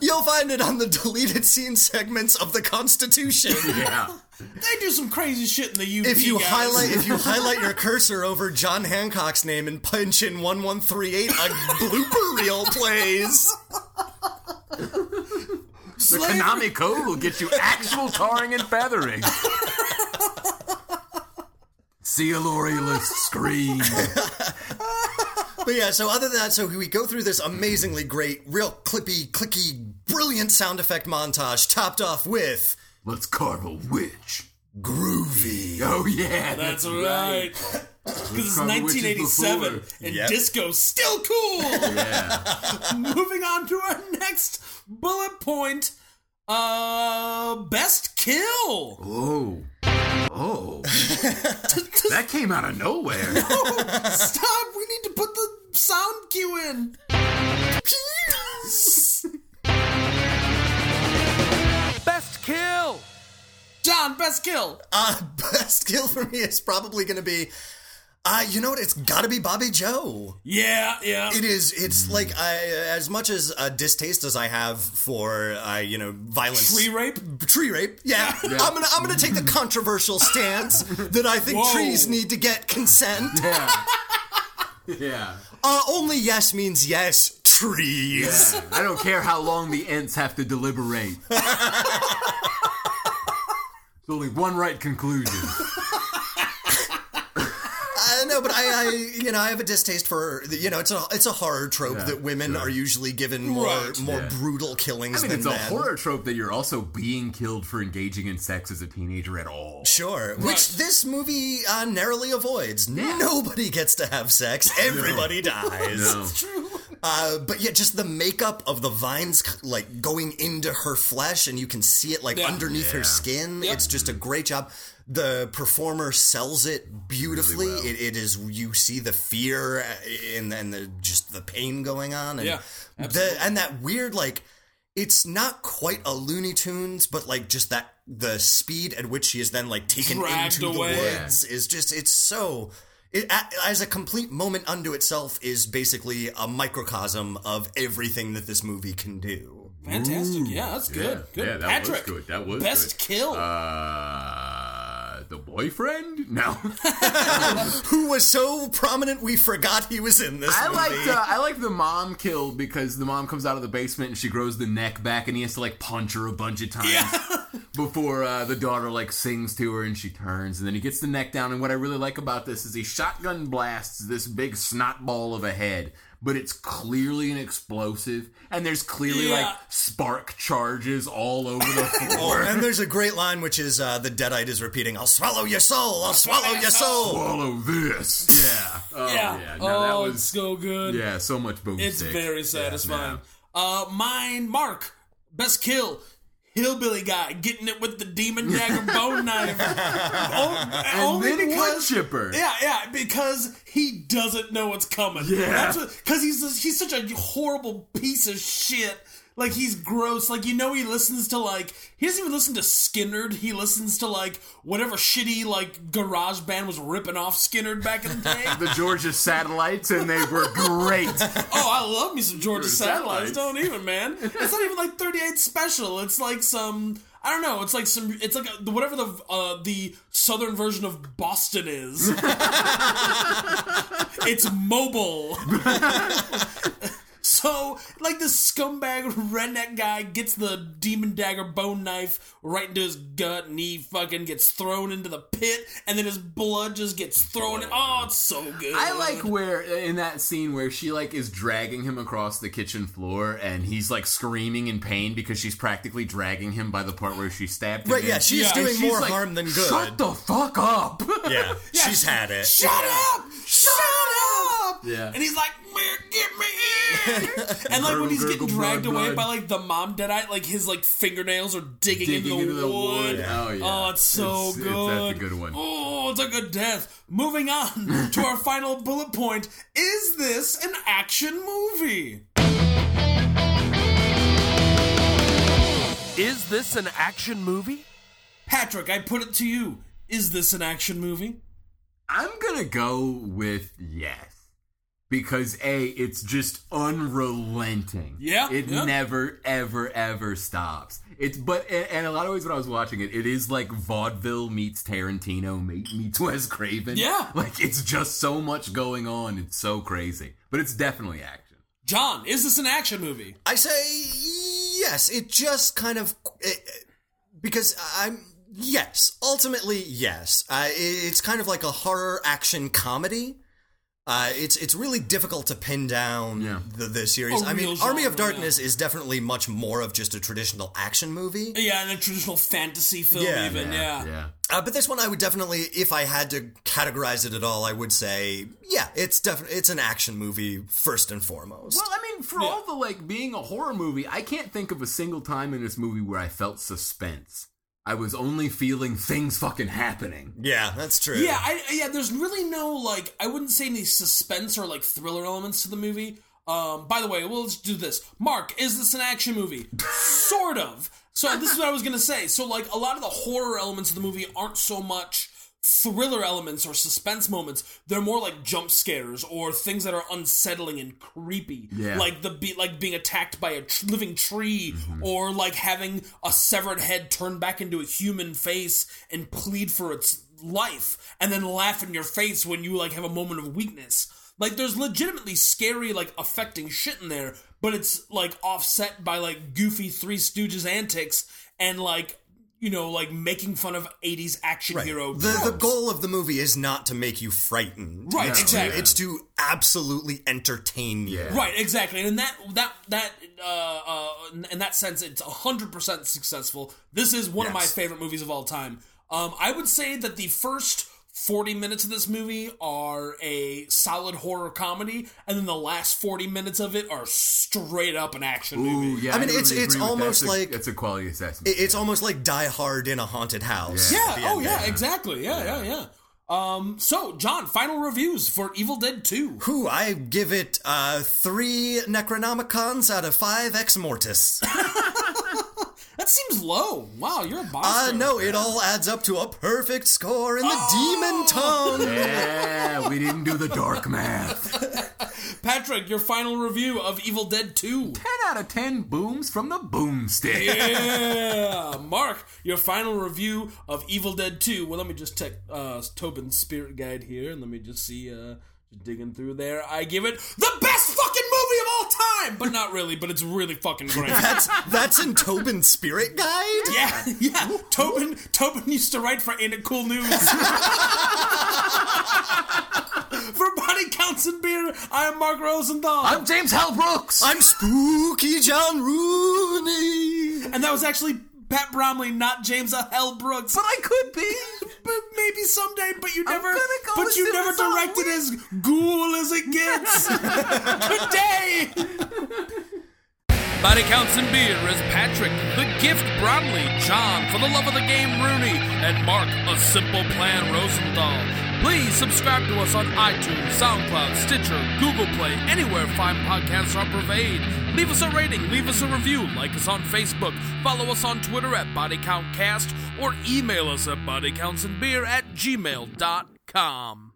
C: You'll find it on the deleted scene segments of the Constitution. (laughs)
D: yeah.
A: They do some crazy shit in the UP.
C: If you
A: guys.
C: highlight if you highlight your cursor over John Hancock's name and punch in 1138, a blooper reel plays.
D: The
A: Slavery-
D: Konami code will get you actual tarring and
C: (laughs)
D: feathering. See a L'Orealist
C: (laughs)
D: scream.
C: But yeah, so other than that, so we go through this amazingly great, real clippy, clicky, brilliant sound effect montage topped off with
D: Let's carve a witch.
C: groovy.
D: Oh yeah,
A: that's right. Because it's
D: Probably which is
A: 1987
D: before.
A: and
C: Yep.
A: disco's still
D: (laughs)
A: cool. (laughs) Moving on to our next bullet point. Uh, best kill.
D: Oh. Oh. that came out of nowhere.
A: (laughs) Stop. We need to put the sound cue in.
E: Best kill.
A: John, best kill.
C: Uh, (laughs) best kill for me is probably going to be, uh, you know what? It's got to be Bobby Joe.
A: Yeah, yeah.
C: It is.
D: Mm.
C: It's like I, as much as uh, distaste as I have for uh, you know violence,
A: Tree rape.
C: tree rape. Yeah, I'm gonna I'm gonna take the
D: (laughs)
C: controversial stance that I think
A: Whoa.
C: trees need to get consent.
D: (laughs) Yeah. Yeah.
C: Uh, only yes means yes. Trees.
D: I don't care how long the ants have to deliberate. There's only one right conclusion.
C: I know, but I, I, you know, I have a distaste for you know, it's a it's a horror trope that women are usually given more
A: Right.
C: more
D: Yeah.
C: brutal killings
D: I mean,
C: than
D: it's a
C: men.
D: horror trope that you're also being killed for engaging in sex as a teenager at all.
C: Sure, which this movie uh, narrowly avoids. Nobody gets to have sex. (laughs) Everybody dies. Uh, but yeah, just the makeup of the vines c- like going into her flesh, and you can see it like
A: Yeah.
C: underneath her skin. It's just a great job. The performer sells it beautifully. it, it is you see the fear uh, and and the just the pain going on, and
A: Yeah,
C: the and that weird like it's not quite a Looney Tunes, but like just that the speed at which she is then like taken
A: Dragged
C: into
A: away.
C: the woods is just it's so it a- as a complete moment unto itself is basically a microcosm of everything that this movie can do.
A: Fantastic. yeah, that's good.
D: Yeah,
A: good.
D: yeah, that was Uh,
A: Patrick.
D: good. That was
A: best
D: good.
A: kill.
D: Uh,
B: the boyfriend?
D: (laughs)
B: No.
C: Who was so prominent we forgot he was in this
A: (laughs)
D: I
C: movie.
D: like uh, I like the mom kill because the mom comes out of the basement and she grows the neck back and he has to like punch her a bunch of times (laughs) before uh, the daughter like sings to her and she turns and then he gets the neck down and what I really like about this is he shotgun blasts this big snot ball of a head but it's clearly an explosive and there's clearly
A: Yeah.
D: like spark charges all
A: (laughs)
D: over the floor.
C: Oh,
A: Oh,
C: and there's a great line which is uh, the Deadite is repeating, "I'll swallow your soul. I'll swallow your (laughs) soul."
D: Follow this.
C: Yeah.
D: Oh,
A: yeah.
D: yeah. No, that
A: oh,
D: was-
A: it's so good.
D: Yeah, so much boomstick.
A: It's very satisfying. uh, mine, Mark, best kill. Hillbilly guy getting it with the demon
D: (laughs)
A: dagger bone knife. Oh,
D: And
A: only
D: then wood
A: because,
D: chipper.
A: yeah, yeah, because he doesn't know what's coming.
D: Yeah.
A: because he's he's such a horrible piece of shit. Like he's gross. Like you know, he listens to like he doesn't even listen to Skinnerd. He listens to like whatever shitty like garage band was ripping off Skinnerd back in the day.
D: the Georgia satellites, and they were great.
A: Oh, I love me some Georgia satellites.
D: satellites.
A: Don't even, man. It's not even like 38 special. It's like some I don't know. It's like some. It's like a, whatever the uh, the southern version of Boston is. it's mobile. (laughs) so like this scumbag redneck guy gets the demon dagger bone knife right into his gut, and he fucking gets thrown into the pit, and then his blood just gets thrown. In. Oh, it's so good.
D: I like where in that scene where she like is dragging him across the kitchen floor, and he's like screaming in pain because she's practically dragging him by the part where she stabbed him.
C: Right, yeah,
D: in.
C: she's
A: Yeah.
D: And
C: doing
D: she's
C: more
D: like,
C: harm than good.
D: Shut the fuck up.
C: yeah, she's had it.
A: Shut up! Shut up!
D: Yeah.
A: And he's like, "Man,
D: (laughs)
A: get me in! and like when he's getting
D: Gurgle, gurgle,
A: dragged
D: blood,
A: away
D: blood.
A: by like the mom deadite, like his like fingernails are digging,
D: Digging
A: into, the wood.
D: Oh yeah.
A: Oh, it's so
D: It's-
A: good.
D: it's- that's a good one.
A: Oh, it's a good death.
E: (laughs)
A: Moving on to our final bullet point. Is this an action movie?
E: Is this an action movie?
A: Patrick, I put it to you. Is this an action movie?
D: I'm gonna go with yes. Because A, it's just unrelenting.
A: Yeah,
D: It
A: yeah.
D: never, ever, ever stops. It's but and, and a lot of ways when I was watching it, it is like vaudeville meets Tarantino meet, meets Wes Craven.
A: Yeah.
D: Like it's just so much going on. It's so crazy. But it's definitely action.
A: John, is this an action movie?
C: I say yes. It just kind of it, because I'm yes. Ultimately, yes. Uh, it- it's kind of like a horror action comedy. Uh, it's it's really difficult to pin down
D: Yeah.
C: the, the series.
A: A
C: I mean,
A: real
C: Army of
A: genre,
C: Darkness is definitely much more of just a traditional action movie.
A: Yeah, in a traditional fantasy film,
C: Yeah.
A: even.
D: Yeah.
C: Uh, but this one, I would definitely, if I had to categorize it at all, I would say, yeah, it's definitely it's an action movie first and foremost.
D: Well, I mean, for all the like being a horror movie, I can't think of a single time in this movie where I felt suspense. I was only feeling things fucking happening.
C: yeah, that's true.
A: Yeah, I, I- yeah. There's really no like. I wouldn't say any suspense or like thriller elements to the movie. Um, by the way, we'll just do this. Mark, is this an action (laughs) movie? sort of. So this is what I was gonna say. So like a lot of the horror elements of the movie aren't so much thriller elements or suspense moments. They're more like jump scares or things that are unsettling and creepy.
D: Yeah.
A: Like the be- like being attacked by a tr- living tree
C: Mm-hmm.
A: or like having a severed head turned back into a human face and plead for its life and then laugh in your face when you like have a moment of weakness like there's legitimately scary like affecting shit in there but it's like offset by like goofy three stooges antics and like you know like making fun of 80s action
C: Right.
A: hero
C: The, the
A: tropes.
C: goal of the movie is not to make you frightened.
A: Right,
C: It's,
A: exactly.
C: to, it's to absolutely entertain you.
A: Right, exactly, and in that that that uh, uh, in that sense, it's hundred percent successful. This is one of my
C: Yes.
A: favorite movies of all time. Um, I would say that the first forty minutes of this movie are a solid horror comedy, and then the last forty minutes of it are straight up an action
D: Ooh,
A: movie.
D: yeah.
C: I mean,
D: don't
C: it's-
D: really
C: it's
D: agree with that.
C: almost
D: That's a-
C: like-
D: that's a quality assessment.
C: It- It's almost like Die Hard in a haunted house.
A: Yeah.
C: at the
A: Oh
C: end.
A: yeah. Exactly. Yeah. Yeah. Yeah. Um, so, John, final reviews for Evil Dead Two.
C: Whew, I give it uh, three Necronomicons out of five Ex
A: (laughs)
C: Mortis.
A: That seems low. Wow, you're a
C: Uh,
A: monster.
C: no, it all adds up to a perfect score in the
A: Oh!
C: demon tongue.
D: (laughs) yeah, we didn't do the dark math.
A: Patrick, your final review of Evil Dead 2.
D: 10 out of 10 booms from the boomstick.
A: Yeah, Mark, your final review of Evil Dead 2. Well, let me just check uh, Tobin's spirit guide here, and let me just see. Uh, just digging through there, I give it the best fucking movie of all time, but not really. But it's really fucking great.
C: That's that's in Tobin's spirit guide.
A: yeah, yeah. Tobin, Tobin used to write for Ain't It Cool News. (laughs) for Body Counts and Beer, I am Mark Rosenthal.
D: I'm James Hal Brooks.
C: I'm spooky John Rooney.
A: And that was actually Pat Bromley, not James L. L. Brooks.
D: but I could be.
A: But maybe someday, but you never
D: gonna go
A: but you
D: see
A: never
D: this on
A: directed as ghoul as it gets.
D: (laughs)
A: Good day. Body Counts and Beer as Patrick, The Gift Bromley, John, For the Love of the Game Rooney, and Mark, A Simple Plan Rosenthal. Please subscribe to us on iTunes, SoundCloud, Stitcher, Google Play, anywhere fine podcasts are purveyed. Leave us a rating, leave us a review, like us on Facebook, follow us on Twitter at BodyCountCast, or email us at bodycountsandbeer at gmail.com.